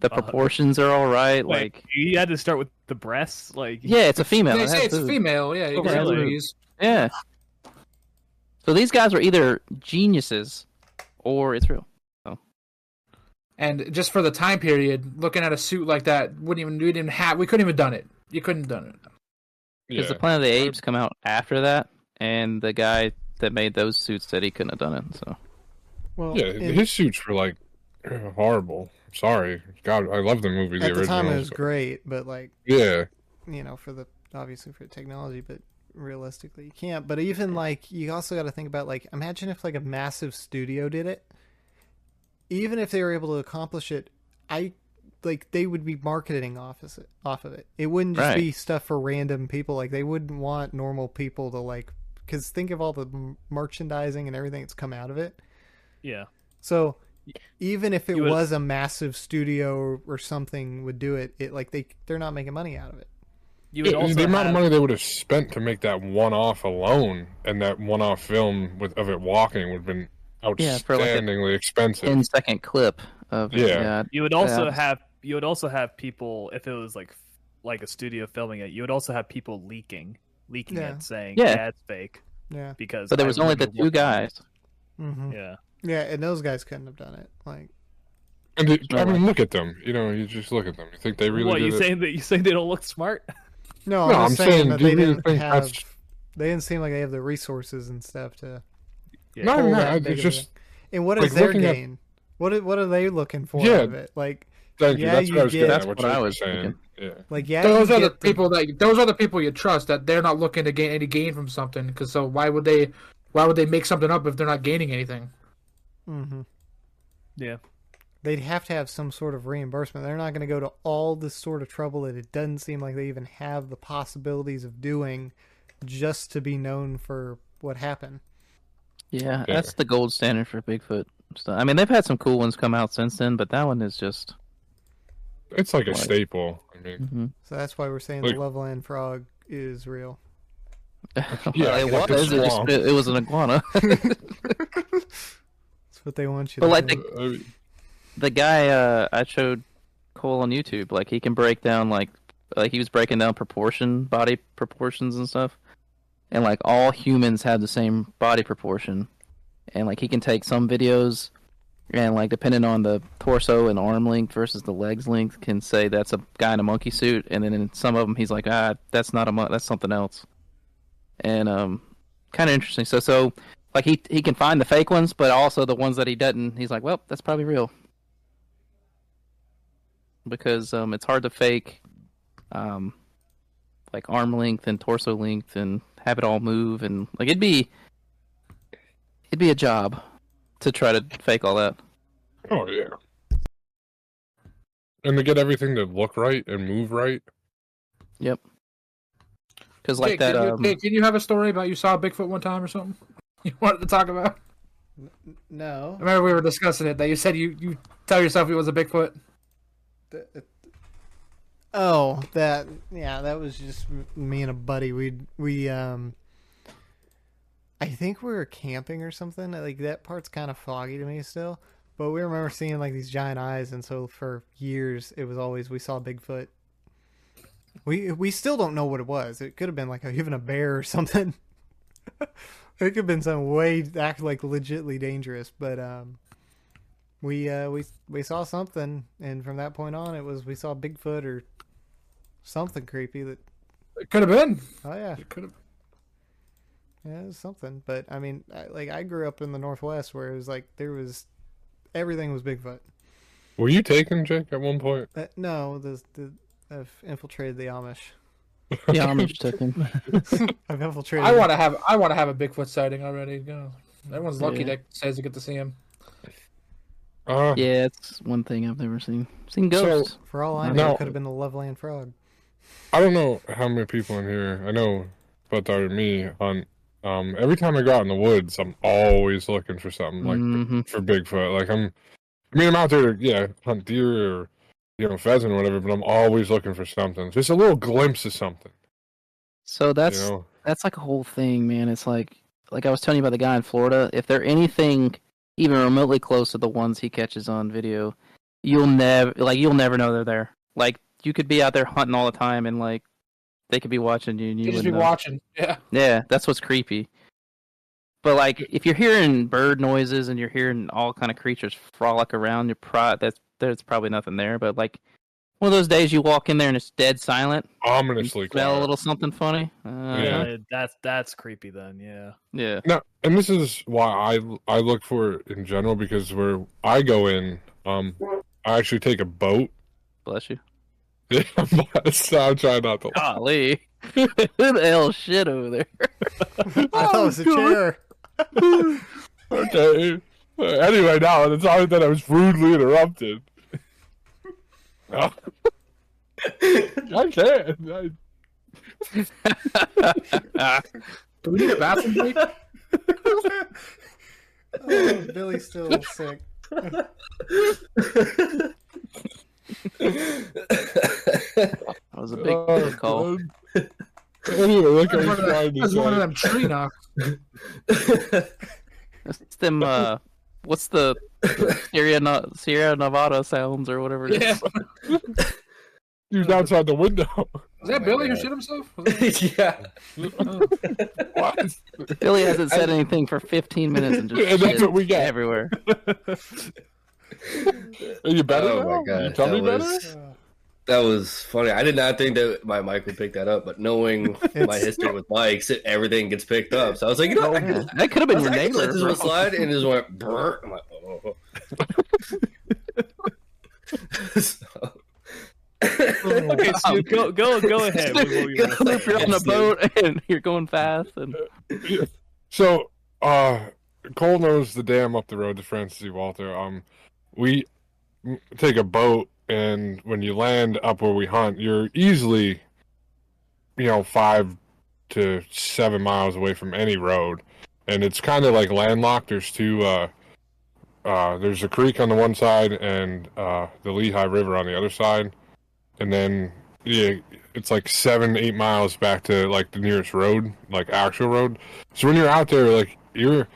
[SPEAKER 5] the
[SPEAKER 2] Uh,
[SPEAKER 5] proportions are all right.
[SPEAKER 2] Wait,
[SPEAKER 5] like
[SPEAKER 2] you had to start with the breasts, like
[SPEAKER 5] yeah, it's a female.
[SPEAKER 7] They
[SPEAKER 5] it
[SPEAKER 7] say
[SPEAKER 5] has
[SPEAKER 7] it's
[SPEAKER 5] boobs.
[SPEAKER 7] female, yeah.
[SPEAKER 2] Oh,
[SPEAKER 7] exactly.
[SPEAKER 5] really? Yeah. So these guys were either geniuses or it's real.
[SPEAKER 7] And just for the time period, looking at a suit like that wouldn't even we didn't have we couldn't even done it. You couldn't done it.
[SPEAKER 8] Yeah.
[SPEAKER 5] Because the Planet of the Apes come out after that, and the guy that made those suits said he couldn't have done it. So
[SPEAKER 6] well,
[SPEAKER 8] yeah,
[SPEAKER 6] in-
[SPEAKER 8] his suits were like horrible. Sorry, God, I love the movie. The
[SPEAKER 6] at the time it was
[SPEAKER 8] originals, but-
[SPEAKER 6] great, but like
[SPEAKER 8] Yeah,
[SPEAKER 6] you know, for the obviously for technology, but realistically, you can't. But even like, you also got to think about like, imagine if like a massive studio did it. Even if they were able to accomplish it, I like they would be marketing off of it. Off of it, it wouldn't just
[SPEAKER 5] Right.
[SPEAKER 6] be stuff for random people. Like they wouldn't want normal people to like, because think of all the m- merchandising and everything that's come out of it.
[SPEAKER 2] yeah.
[SPEAKER 6] So even if it
[SPEAKER 2] You would-
[SPEAKER 6] was a massive studio or, or something would do it, it like they they're not making money out of it.
[SPEAKER 2] You would
[SPEAKER 8] Yeah,
[SPEAKER 2] also
[SPEAKER 8] the amount
[SPEAKER 2] have-
[SPEAKER 8] of money they would have spent to make that one off alone and that one off film with of it walking would have been
[SPEAKER 5] Yeah, for like a-
[SPEAKER 8] outstandingly expensive.
[SPEAKER 5] 10 second clip of uh,
[SPEAKER 8] Yeah.
[SPEAKER 2] You would also
[SPEAKER 5] Yeah.
[SPEAKER 2] have you would also have people if it was like f- like a studio filming it. You would also have people leaking leaking
[SPEAKER 6] Yeah.
[SPEAKER 2] it saying
[SPEAKER 5] Yeah.
[SPEAKER 2] that's fake
[SPEAKER 6] Yeah.
[SPEAKER 2] because.
[SPEAKER 5] But there
[SPEAKER 2] I
[SPEAKER 5] was only the
[SPEAKER 2] remember
[SPEAKER 5] two
[SPEAKER 2] working on
[SPEAKER 5] guys.
[SPEAKER 6] hmm
[SPEAKER 2] it. Yeah,
[SPEAKER 6] Yeah, and those guys couldn't have done it. Like,
[SPEAKER 8] and it- I
[SPEAKER 5] no
[SPEAKER 8] mean, look at them. You know, you just look at them. You think they really
[SPEAKER 2] what
[SPEAKER 8] did
[SPEAKER 2] you
[SPEAKER 8] it?
[SPEAKER 2] saying that you saying they don't look smart?
[SPEAKER 6] no,
[SPEAKER 8] No,
[SPEAKER 6] I'm,
[SPEAKER 8] I'm
[SPEAKER 6] just saying,
[SPEAKER 8] saying,
[SPEAKER 6] that
[SPEAKER 8] do
[SPEAKER 6] they
[SPEAKER 8] you
[SPEAKER 6] didn't
[SPEAKER 8] think
[SPEAKER 6] have.
[SPEAKER 8] that's-
[SPEAKER 6] They didn't seem like they have the resources and stuff to.
[SPEAKER 2] Yeah.
[SPEAKER 8] Not
[SPEAKER 6] pull
[SPEAKER 8] even
[SPEAKER 6] that
[SPEAKER 8] that.
[SPEAKER 6] big
[SPEAKER 8] It's
[SPEAKER 6] of a-
[SPEAKER 8] just
[SPEAKER 6] And what is
[SPEAKER 8] Like,
[SPEAKER 6] their
[SPEAKER 8] looking at-
[SPEAKER 6] gain? What are, what are they looking for
[SPEAKER 8] Yeah.
[SPEAKER 6] out of it? Like,
[SPEAKER 8] thank you.
[SPEAKER 6] Yeah,
[SPEAKER 8] That's
[SPEAKER 6] you
[SPEAKER 8] what I was
[SPEAKER 6] get-
[SPEAKER 8] getting
[SPEAKER 5] That's
[SPEAKER 8] at. What,
[SPEAKER 5] what I
[SPEAKER 8] I
[SPEAKER 5] was
[SPEAKER 8] was saying. Yeah.
[SPEAKER 6] like yeah,
[SPEAKER 7] those
[SPEAKER 6] you
[SPEAKER 7] are the
[SPEAKER 6] get
[SPEAKER 7] people that those are the people you trust that they're not looking to gain any gain from something. Because so why would they why would they make something up if they're not gaining anything?
[SPEAKER 6] hmm
[SPEAKER 2] Yeah.
[SPEAKER 6] They'd have to have some sort of reimbursement. They're not going to go to all this sort of trouble that it doesn't seem like they even have the possibilities of doing just to be known for what happened.
[SPEAKER 5] Yeah,
[SPEAKER 8] Yeah.
[SPEAKER 5] that's the gold standard for Bigfoot stuff. I mean, they've had some cool ones come out since then, but that one is just.
[SPEAKER 8] It's like a
[SPEAKER 5] Like-
[SPEAKER 8] staple. I mean,
[SPEAKER 5] mhm.
[SPEAKER 6] So that's why we're saying
[SPEAKER 8] Like-
[SPEAKER 6] the Loveland frog is real.
[SPEAKER 5] Well, it,
[SPEAKER 8] like the
[SPEAKER 5] was, it, just-
[SPEAKER 8] swamp.
[SPEAKER 5] it was an iguana.
[SPEAKER 6] That's what they want you
[SPEAKER 5] But
[SPEAKER 6] to
[SPEAKER 5] like
[SPEAKER 6] think.
[SPEAKER 5] the,
[SPEAKER 8] I mean,
[SPEAKER 5] the guy uh, I showed Cole on YouTube, like he can break down like like he was breaking down proportion, body proportions and stuff, and like all humans have the same body proportion, and like he can take some videos, and like depending on the torso and arm length versus the legs length, can say that's a guy in a monkey suit, and then in some of them he's like ah that's not a mon- that's something else, and um kind of interesting. So so. Like he he can find the fake ones, but also the ones that he doesn't. He's like, well, that's probably real because um, it's hard to fake um, like arm length and torso length and have it all move and like it'd be it'd be a job to try to fake all that.
[SPEAKER 8] oh yeah. And to get everything to look right and move right.
[SPEAKER 5] Because like
[SPEAKER 7] Jake,
[SPEAKER 5] that,
[SPEAKER 7] didn't you,
[SPEAKER 5] um,
[SPEAKER 7] Jake, didn't you have a story about you saw Bigfoot one time or something? You wanted to talk about?
[SPEAKER 6] No,
[SPEAKER 7] I remember we were discussing it that you said you you tell yourself it was a Bigfoot.
[SPEAKER 6] Th- it- Oh, that yeah, that was just m- me and a buddy. We we um, I think we were camping or something. Like that part's kind of foggy to me still. But we remember seeing like these giant eyes, and so for years it was always we saw Bigfoot. We we still don't know what it was. It could have been like a, even a bear or something. it could have been some way act like legitly dangerous, but um, we uh we we saw something and from that point on it was we saw bigfoot or something creepy that
[SPEAKER 7] It could have been.
[SPEAKER 6] oh yeah
[SPEAKER 7] It could have.
[SPEAKER 6] yeah it was something but i mean I, like i grew up in the northwest where it was like there was everything was bigfoot
[SPEAKER 8] Were you taken, Jake, at one point?
[SPEAKER 6] uh, no the, the i've infiltrated the amish
[SPEAKER 5] the Amish took him.
[SPEAKER 6] i've infiltrated
[SPEAKER 7] I want to have I want to have a Bigfoot sighting already. You know, everyone's lucky
[SPEAKER 5] Yeah.
[SPEAKER 7] that says you get to see him.
[SPEAKER 8] Uh,
[SPEAKER 5] Yeah, it's one thing I've never seen. Seen
[SPEAKER 8] So-
[SPEAKER 5] ghosts.
[SPEAKER 6] for all i know
[SPEAKER 8] No.
[SPEAKER 6] it could have been the loveland frog
[SPEAKER 8] I don't know how many people in here. I know, but other than me on. Um, every time I go out in the woods, I'm always looking for something like
[SPEAKER 5] hmm
[SPEAKER 8] for Bigfoot. Like I'm, I mean, I'm out there to yeah hunt deer or you know pheasant or whatever, but I'm always looking for something, just a little glimpse of something.
[SPEAKER 5] So that's
[SPEAKER 8] you know,
[SPEAKER 5] that's like a whole thing, man. It's like like I was telling you about the guy in Florida. If they're anything even remotely close to the ones he catches on video, you'll never like you'll never know they're there. Like you could be out there hunting all the time, and like they could be watching you, and you
[SPEAKER 7] You just
[SPEAKER 5] wouldn't
[SPEAKER 7] be
[SPEAKER 5] know.
[SPEAKER 7] watching. Yeah.
[SPEAKER 5] Yeah, that's what's creepy. But like, if you're hearing bird noises and you're hearing all kind of creatures frolic around, you're pro that's there's probably nothing there. But like, one of those days you walk in there and it's dead silent. You
[SPEAKER 8] ominously
[SPEAKER 5] smell a
[SPEAKER 8] quiet.
[SPEAKER 5] little something funny. Uh,
[SPEAKER 8] Yeah.
[SPEAKER 2] Uh, that's that's creepy. Then yeah,
[SPEAKER 5] yeah.
[SPEAKER 8] No, and this is why I I look for it in general because where I go in, um, I actually take a boat.
[SPEAKER 5] Bless you.
[SPEAKER 8] so I'm trying not to.
[SPEAKER 5] Golly, who the hell shit over there?
[SPEAKER 6] i thought it was
[SPEAKER 7] Oh,
[SPEAKER 6] a chair
[SPEAKER 8] okay. Anyway, now it's not that I was rudely interrupted. No. I can't. I,
[SPEAKER 7] Do we need a bathroom break?
[SPEAKER 6] oh, billy's still sick
[SPEAKER 5] That was a big
[SPEAKER 8] Oh,
[SPEAKER 5] call.
[SPEAKER 8] God. uh, Anyway, look
[SPEAKER 7] That's
[SPEAKER 8] at
[SPEAKER 7] one of them-
[SPEAKER 8] slide
[SPEAKER 7] that's
[SPEAKER 8] is
[SPEAKER 7] one of
[SPEAKER 8] like,
[SPEAKER 7] them tree knocks.
[SPEAKER 5] It's them. Uh, what's the Sierra, no- Sierra Nevada sounds or whatever it is?
[SPEAKER 8] dude's outside the window.
[SPEAKER 7] Is that
[SPEAKER 3] my
[SPEAKER 7] Billy who
[SPEAKER 3] God.
[SPEAKER 7] shit himself? Was that-
[SPEAKER 3] yeah.
[SPEAKER 8] what?
[SPEAKER 5] Billy hasn't said anything for 15 minutes and just
[SPEAKER 8] And that's
[SPEAKER 5] shit
[SPEAKER 8] what we got.
[SPEAKER 5] everywhere.
[SPEAKER 8] Are you better?
[SPEAKER 3] Oh my
[SPEAKER 8] now?
[SPEAKER 3] God,
[SPEAKER 8] You tell
[SPEAKER 3] that
[SPEAKER 8] me
[SPEAKER 3] was- That was funny. I did not think that my mic would pick that up, but knowing my
[SPEAKER 6] It's-
[SPEAKER 3] history with mics, it, everything gets picked up. So I was like, you know, what? I could-
[SPEAKER 5] Yeah, Oh, That could have
[SPEAKER 3] I
[SPEAKER 5] been
[SPEAKER 3] was
[SPEAKER 5] your
[SPEAKER 3] like, I could
[SPEAKER 5] neighbor.
[SPEAKER 3] let this
[SPEAKER 5] bro.
[SPEAKER 3] one slide and it just went. Brr. I'm like, oh. oh, oh. So-
[SPEAKER 5] Oh,
[SPEAKER 2] Okay, Stu, go go go ahead. with what you were gonna
[SPEAKER 5] If
[SPEAKER 2] say.
[SPEAKER 5] you're on a
[SPEAKER 3] Yes, dude.
[SPEAKER 5] boat and you're going fast, and
[SPEAKER 8] better? So, uh, Cole knows the dam up the road to Francis E. Walter. Um, we m- take a boat, and when you land up where we hunt, you're easily, you know, five to seven miles away from any road, and it's kind of like landlocked. There's two. Uh, uh, there's a creek on the one side and uh, the Lehigh River on the other side, and then yeah, it's like seven, eight miles back to like the nearest road, like actual road. So when you're out there, like you're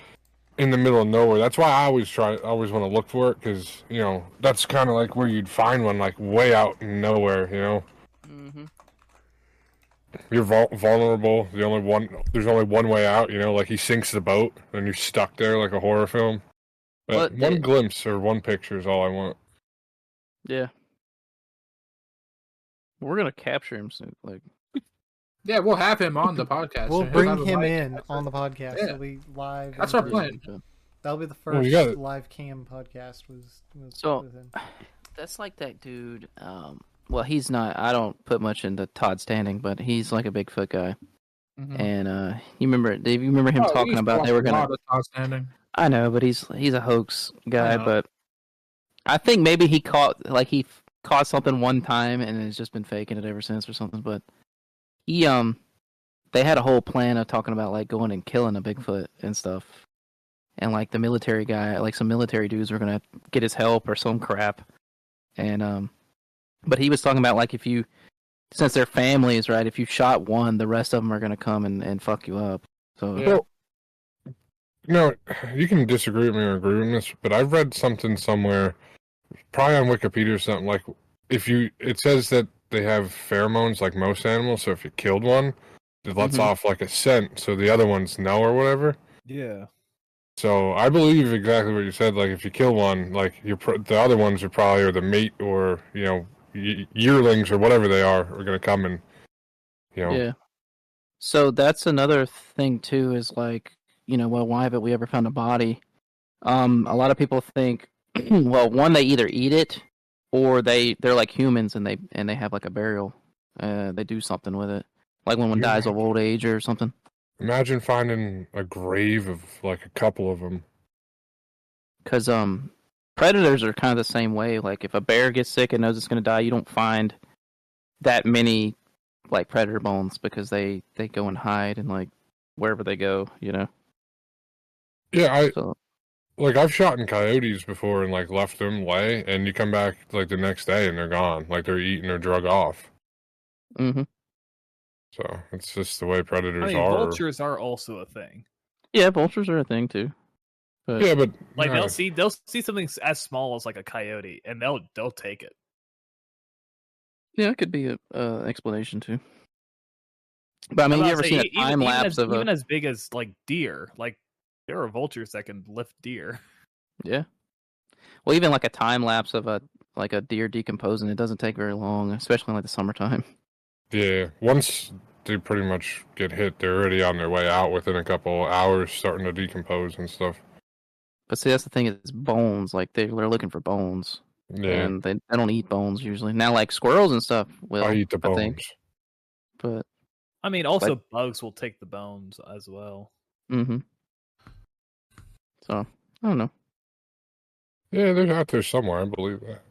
[SPEAKER 8] in the middle of nowhere. That's why I always try, I always want to look for it because you know that's kind of like where you'd find one, like way out in nowhere. You know, you're vul- vulnerable. The only one, there's only one way out. You know, like he sinks the boat and you're stuck there like a horror film. But
[SPEAKER 5] What
[SPEAKER 8] one
[SPEAKER 5] did-
[SPEAKER 8] glimpse or one picture is all I want.
[SPEAKER 5] yeah, we're gonna capture him soon. Like,
[SPEAKER 7] Yeah, we'll have him on the podcast.
[SPEAKER 6] We'll
[SPEAKER 7] He'll have
[SPEAKER 6] bring
[SPEAKER 7] a
[SPEAKER 6] him
[SPEAKER 7] mic.
[SPEAKER 6] in on the podcast.
[SPEAKER 7] Yeah.
[SPEAKER 6] It'll be live.
[SPEAKER 7] That's
[SPEAKER 6] in
[SPEAKER 7] our
[SPEAKER 6] person.
[SPEAKER 7] plan.
[SPEAKER 6] That'll be the first
[SPEAKER 8] Well, you got it.
[SPEAKER 6] live cam podcast. Was, was
[SPEAKER 5] So-
[SPEAKER 6] with him.
[SPEAKER 5] That's like that dude. Um, well, he's not. I don't put much into Todd Standing, but he's like a Bigfoot guy.
[SPEAKER 7] Mhm.
[SPEAKER 5] And uh, you remember, Dave? You remember him
[SPEAKER 7] Oh,
[SPEAKER 5] talking
[SPEAKER 7] he's
[SPEAKER 5] about they
[SPEAKER 7] lost
[SPEAKER 5] were
[SPEAKER 7] a
[SPEAKER 5] gonna
[SPEAKER 7] lot of outstanding.
[SPEAKER 5] I know, but he's he's a hoax guy.
[SPEAKER 7] know.
[SPEAKER 5] but I think maybe he caught like he f- caught something one time and has just been faking it ever since or something. But he um, they had a whole plan of talking about like going and killing a Bigfoot and stuff, and like the military guy, like some military dudes were gonna get his help or some crap, and um, but he was talking about like if you since they're families, right? If you shot one, the rest of them are gonna come and and fuck you up. So
[SPEAKER 7] Yeah.
[SPEAKER 8] No, you can disagree with me or agree with this, but I've read something somewhere, probably on Wikipedia or something. Like, if you, it says that they have pheromones like most animals. So if you killed one, it lets
[SPEAKER 5] Mhm.
[SPEAKER 8] off like a scent, so the other ones know or whatever.
[SPEAKER 2] Yeah.
[SPEAKER 8] So I believe exactly what you said. Like, if you kill one, like you're pro- the other ones are probably or the mate or you know y- yearlings or whatever they are are gonna come and you know
[SPEAKER 5] Yeah. So that's another thing too is like, you know, well why haven't we ever found a body? Um a lot of people think well one they either eat it or they they're like humans and they and they have like a burial. Uh they do something with it. Like when one
[SPEAKER 8] Yeah.
[SPEAKER 5] dies of old age or something.
[SPEAKER 8] imagine finding a grave of like a couple of them.
[SPEAKER 5] Cuz um predators are kind of the same way like if a bear gets sick and knows it's going to die, you don't find that many like predator bones because they they go and hide and like wherever they go, you know.
[SPEAKER 8] Yeah, I
[SPEAKER 5] So
[SPEAKER 8] like I've shot in coyotes before and like left them lay, and you come back like the next day and they're gone, like they're eaten or drug off.
[SPEAKER 5] mhm.
[SPEAKER 8] So it's just the way predators
[SPEAKER 2] I mean,
[SPEAKER 8] are.
[SPEAKER 2] vultures are also a thing.
[SPEAKER 5] Yeah, vultures are a thing too. But
[SPEAKER 8] Yeah, but
[SPEAKER 2] Like
[SPEAKER 8] yeah,
[SPEAKER 2] they'll see they'll see something s- as small as like a coyote, and they'll they'll take it.
[SPEAKER 5] yeah, it could be a uh, explanation too. But I mean,
[SPEAKER 2] I'm about
[SPEAKER 5] you ever
[SPEAKER 2] to say,
[SPEAKER 5] seen
[SPEAKER 2] e-
[SPEAKER 5] a
[SPEAKER 2] even-
[SPEAKER 5] time
[SPEAKER 2] even
[SPEAKER 5] lapse
[SPEAKER 2] as-
[SPEAKER 5] of
[SPEAKER 2] even
[SPEAKER 5] a?
[SPEAKER 2] as big as like deer? Like there are vultures that can lift deer.
[SPEAKER 5] Well, even like a time lapse of a like a deer decomposing. It doesn't take very long, especially in, like the summertime.
[SPEAKER 8] yeah. Once they pretty much get hit, they're already on their way out within a couple hours, starting to decompose and stuff.
[SPEAKER 5] But see, that's the thing is bones. Like they, they're looking for bones,
[SPEAKER 8] Yeah,
[SPEAKER 5] and they, they don't eat bones usually. Now, like squirrels and stuff will,
[SPEAKER 8] I eat the
[SPEAKER 5] I think.
[SPEAKER 8] bones.
[SPEAKER 5] but
[SPEAKER 2] I mean, also bugs will take the bones as well.
[SPEAKER 5] mm-hmm. So I don't know.
[SPEAKER 8] Yeah, they're out there somewhere. I believe that.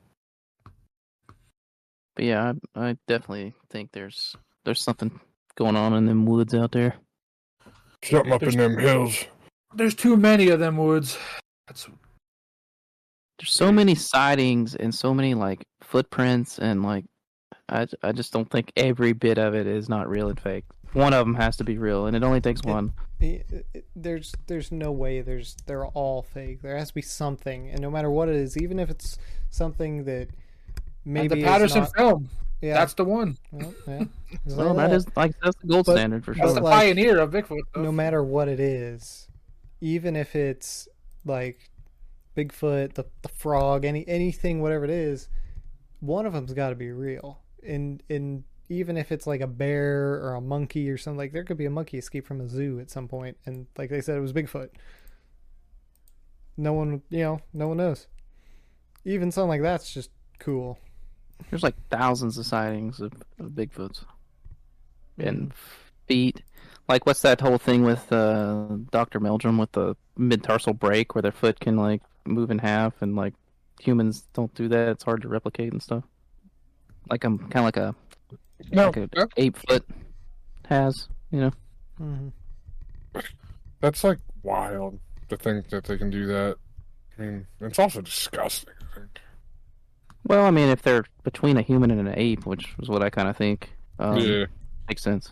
[SPEAKER 5] But yeah, I, I definitely think there's there's something going on in them woods out there.
[SPEAKER 8] Something up in them hills.
[SPEAKER 7] There's too many of them woods. That's
[SPEAKER 5] There's so many sightings and so many like footprints and like I, I just don't think every bit of it is not real and fake. One of them has to be real, and it only takes
[SPEAKER 6] Yeah.
[SPEAKER 5] one.
[SPEAKER 6] It- it- it- uh, there's there's no way there's they're all fake. There has to be something, and no matter what it is, even if it's something
[SPEAKER 7] And
[SPEAKER 6] that maybe
[SPEAKER 7] the
[SPEAKER 6] is
[SPEAKER 7] Patterson
[SPEAKER 6] not,
[SPEAKER 7] film.
[SPEAKER 6] yeah,
[SPEAKER 7] That's the one.
[SPEAKER 6] well, yeah, it's
[SPEAKER 5] Well,
[SPEAKER 6] like
[SPEAKER 5] that
[SPEAKER 6] that.
[SPEAKER 5] is like that's the gold
[SPEAKER 6] But-
[SPEAKER 5] standard for
[SPEAKER 6] but
[SPEAKER 5] sure.
[SPEAKER 7] That's the
[SPEAKER 6] like-
[SPEAKER 7] pioneer of Bigfoot.
[SPEAKER 6] no matter what it is, even if it's like Bigfoot, the the frog, any anything, whatever it is, one of them's got to be real. And and even if it's like a bear or a monkey or something like, there could be a monkey escaped from a zoo at some point, and like they said, it was Bigfoot. No one, you know, no one knows. Even something like that's just cool.
[SPEAKER 5] There's like thousands of sightings of, of Bigfoots and
[SPEAKER 6] Mm-hmm.
[SPEAKER 5] feet. Like what's that whole thing with uh, Doctor Meldrum with the mid-tarsal break where their foot can like move in half and like humans don't do that. It's hard to replicate and stuff. Like I'm kind of like a
[SPEAKER 8] No,
[SPEAKER 5] like a
[SPEAKER 8] that-
[SPEAKER 5] ape foot has. You know,
[SPEAKER 6] hmm
[SPEAKER 8] that's like wild to think that they can do that. I mean, it's also disgusting. I think.
[SPEAKER 5] well, I mean, if they're between a human and an ape, which is what I kind of think, um,
[SPEAKER 8] yeah.
[SPEAKER 5] makes sense.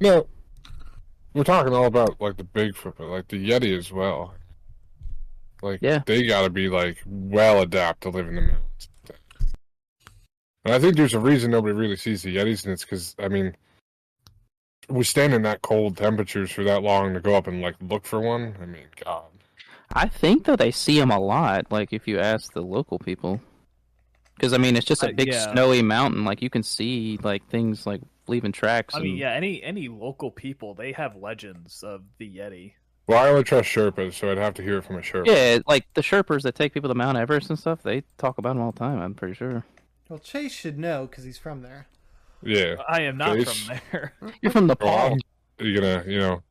[SPEAKER 8] No, we're talking all about like the Bigfoot, but like the Yeti as well. Like
[SPEAKER 5] Yeah.
[SPEAKER 8] they got to be like well adapted to live in the mountains. And I think there's a reason nobody really sees the Yetis, and it's because I mean, we stand in that cold temperatures for that long to go up and like look for one. I mean, God.
[SPEAKER 5] I think though they see them a lot. Like if you ask the local people, because I mean it's just
[SPEAKER 2] Uh,
[SPEAKER 5] a big
[SPEAKER 2] yeah.
[SPEAKER 5] snowy mountain. Like you can see like things like leaving tracks.
[SPEAKER 2] I
[SPEAKER 5] and-
[SPEAKER 2] mean, yeah, any any local people they have legends of the Yeti.
[SPEAKER 8] Well, I only trust Sherpas, so I'd have to hear it from a Sherpa.
[SPEAKER 5] Yeah, like the Sherpers that take people to Mount Everest and stuff. They talk about them all the time. I'm pretty sure.
[SPEAKER 6] Well, Chase should know because he's from there.
[SPEAKER 8] Yeah.
[SPEAKER 2] I am not
[SPEAKER 8] Chase.
[SPEAKER 2] from there.
[SPEAKER 5] You're from
[SPEAKER 8] Go
[SPEAKER 5] Nepal.
[SPEAKER 8] on. Are you gonna, you know,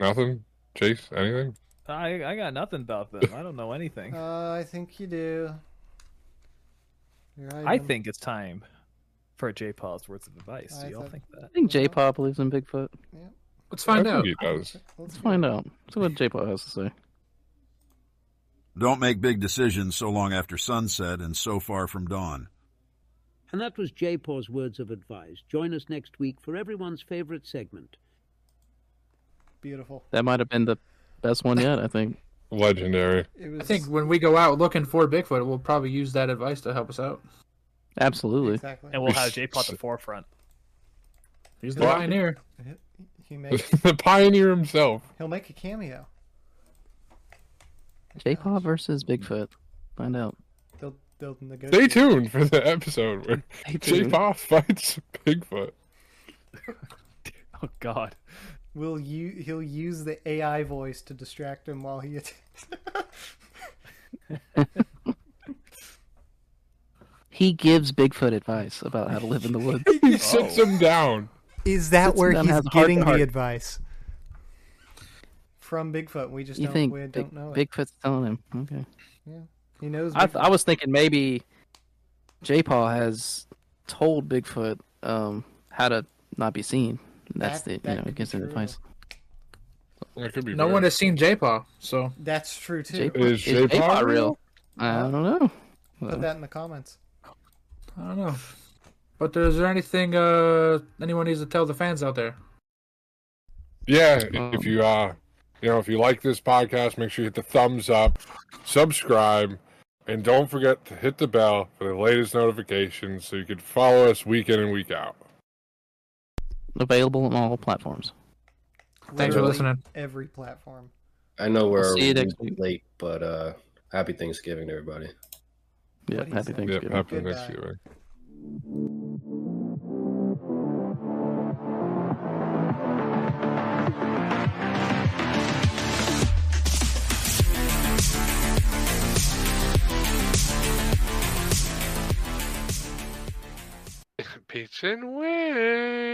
[SPEAKER 8] nothing? Chase? Anything?
[SPEAKER 2] I I got nothing about them. I don't know anything.
[SPEAKER 6] Uh, I think you do. You're right,
[SPEAKER 2] I
[SPEAKER 6] I'm-
[SPEAKER 2] think it's time for J Paul's words of advice.
[SPEAKER 6] I
[SPEAKER 2] Do y'all
[SPEAKER 6] thought-
[SPEAKER 2] think that?
[SPEAKER 5] I think J Paw believes in Bigfoot.
[SPEAKER 7] Let's
[SPEAKER 8] I
[SPEAKER 7] find
[SPEAKER 8] think
[SPEAKER 7] out.
[SPEAKER 8] He does.
[SPEAKER 6] Let's
[SPEAKER 5] Let's
[SPEAKER 6] go.
[SPEAKER 5] find out. Let's see what J Paw has to say.
[SPEAKER 9] Don't make big decisions so long after sunset and so far from dawn.
[SPEAKER 10] And that was J Paw's words of advice. Join us next week for everyone's favorite segment.
[SPEAKER 6] Beautiful.
[SPEAKER 5] That might have been the best one yet. I think.
[SPEAKER 8] Legendary.
[SPEAKER 6] It was
[SPEAKER 7] I think when we go out looking for Bigfoot, we'll probably use that advice to help us out.
[SPEAKER 5] Absolutely.
[SPEAKER 6] exactly.
[SPEAKER 2] And we'll have J Paw at the forefront.
[SPEAKER 7] He's the pioneer.
[SPEAKER 6] He make
[SPEAKER 8] the pioneer himself.
[SPEAKER 6] he'll make a cameo.
[SPEAKER 5] J Paw versus Bigfoot. Find out.
[SPEAKER 6] They'll they'll negotiate.
[SPEAKER 8] Stay tuned for the episode where J Pop fights Bigfoot.
[SPEAKER 2] Oh God.
[SPEAKER 6] Will you? He'll use the AI voice to distract him while he. att-
[SPEAKER 5] He gives Bigfoot advice about how to live in the woods.
[SPEAKER 8] He sits him down.
[SPEAKER 6] Is that
[SPEAKER 5] Sits
[SPEAKER 6] where
[SPEAKER 5] down and
[SPEAKER 6] he's
[SPEAKER 5] has a heart to
[SPEAKER 6] getting
[SPEAKER 5] heart.
[SPEAKER 6] the advice from Bigfoot? We just
[SPEAKER 5] You
[SPEAKER 6] don't.
[SPEAKER 5] think
[SPEAKER 6] we
[SPEAKER 5] Big-
[SPEAKER 6] don't know. it.
[SPEAKER 5] Bigfoot's telling him? Okay.
[SPEAKER 6] He knows.
[SPEAKER 5] I,
[SPEAKER 6] Bigfoot.
[SPEAKER 5] I was thinking maybe J Paul has told Bigfoot um, how to not be seen. That's
[SPEAKER 6] That-
[SPEAKER 5] the you
[SPEAKER 6] that
[SPEAKER 5] know
[SPEAKER 6] could
[SPEAKER 5] it
[SPEAKER 6] be
[SPEAKER 5] gives him
[SPEAKER 6] true.
[SPEAKER 5] advice.
[SPEAKER 8] That could be
[SPEAKER 7] No
[SPEAKER 8] very-
[SPEAKER 7] one has seen J Paw, so
[SPEAKER 6] That's true too.
[SPEAKER 5] J-Paw-
[SPEAKER 8] Is J Paw real?
[SPEAKER 5] I don't know.
[SPEAKER 6] Put that in the comments.
[SPEAKER 7] I don't know. But is there anything uh, anyone needs to tell the fans out there?
[SPEAKER 8] Yeah.
[SPEAKER 5] Um,
[SPEAKER 8] If you uh, you know, if you like this podcast, make sure you hit the thumbs up, subscribe, and don't forget to hit the bell for the latest notifications so you can follow us week in and week out.
[SPEAKER 5] Available on all platforms.
[SPEAKER 7] Thanks for
[SPEAKER 6] Literally
[SPEAKER 7] listening.
[SPEAKER 6] Every platform.
[SPEAKER 3] I know we're
[SPEAKER 5] see you next week.
[SPEAKER 3] late, but uh, happy Thanksgiving to everybody.
[SPEAKER 5] Yeah,
[SPEAKER 6] What do you
[SPEAKER 5] happy
[SPEAKER 6] say?
[SPEAKER 8] Yep.
[SPEAKER 5] Thanksgiving.
[SPEAKER 8] Happy
[SPEAKER 6] Goodbye.
[SPEAKER 8] Thanksgiving.
[SPEAKER 1] Pizza and wings.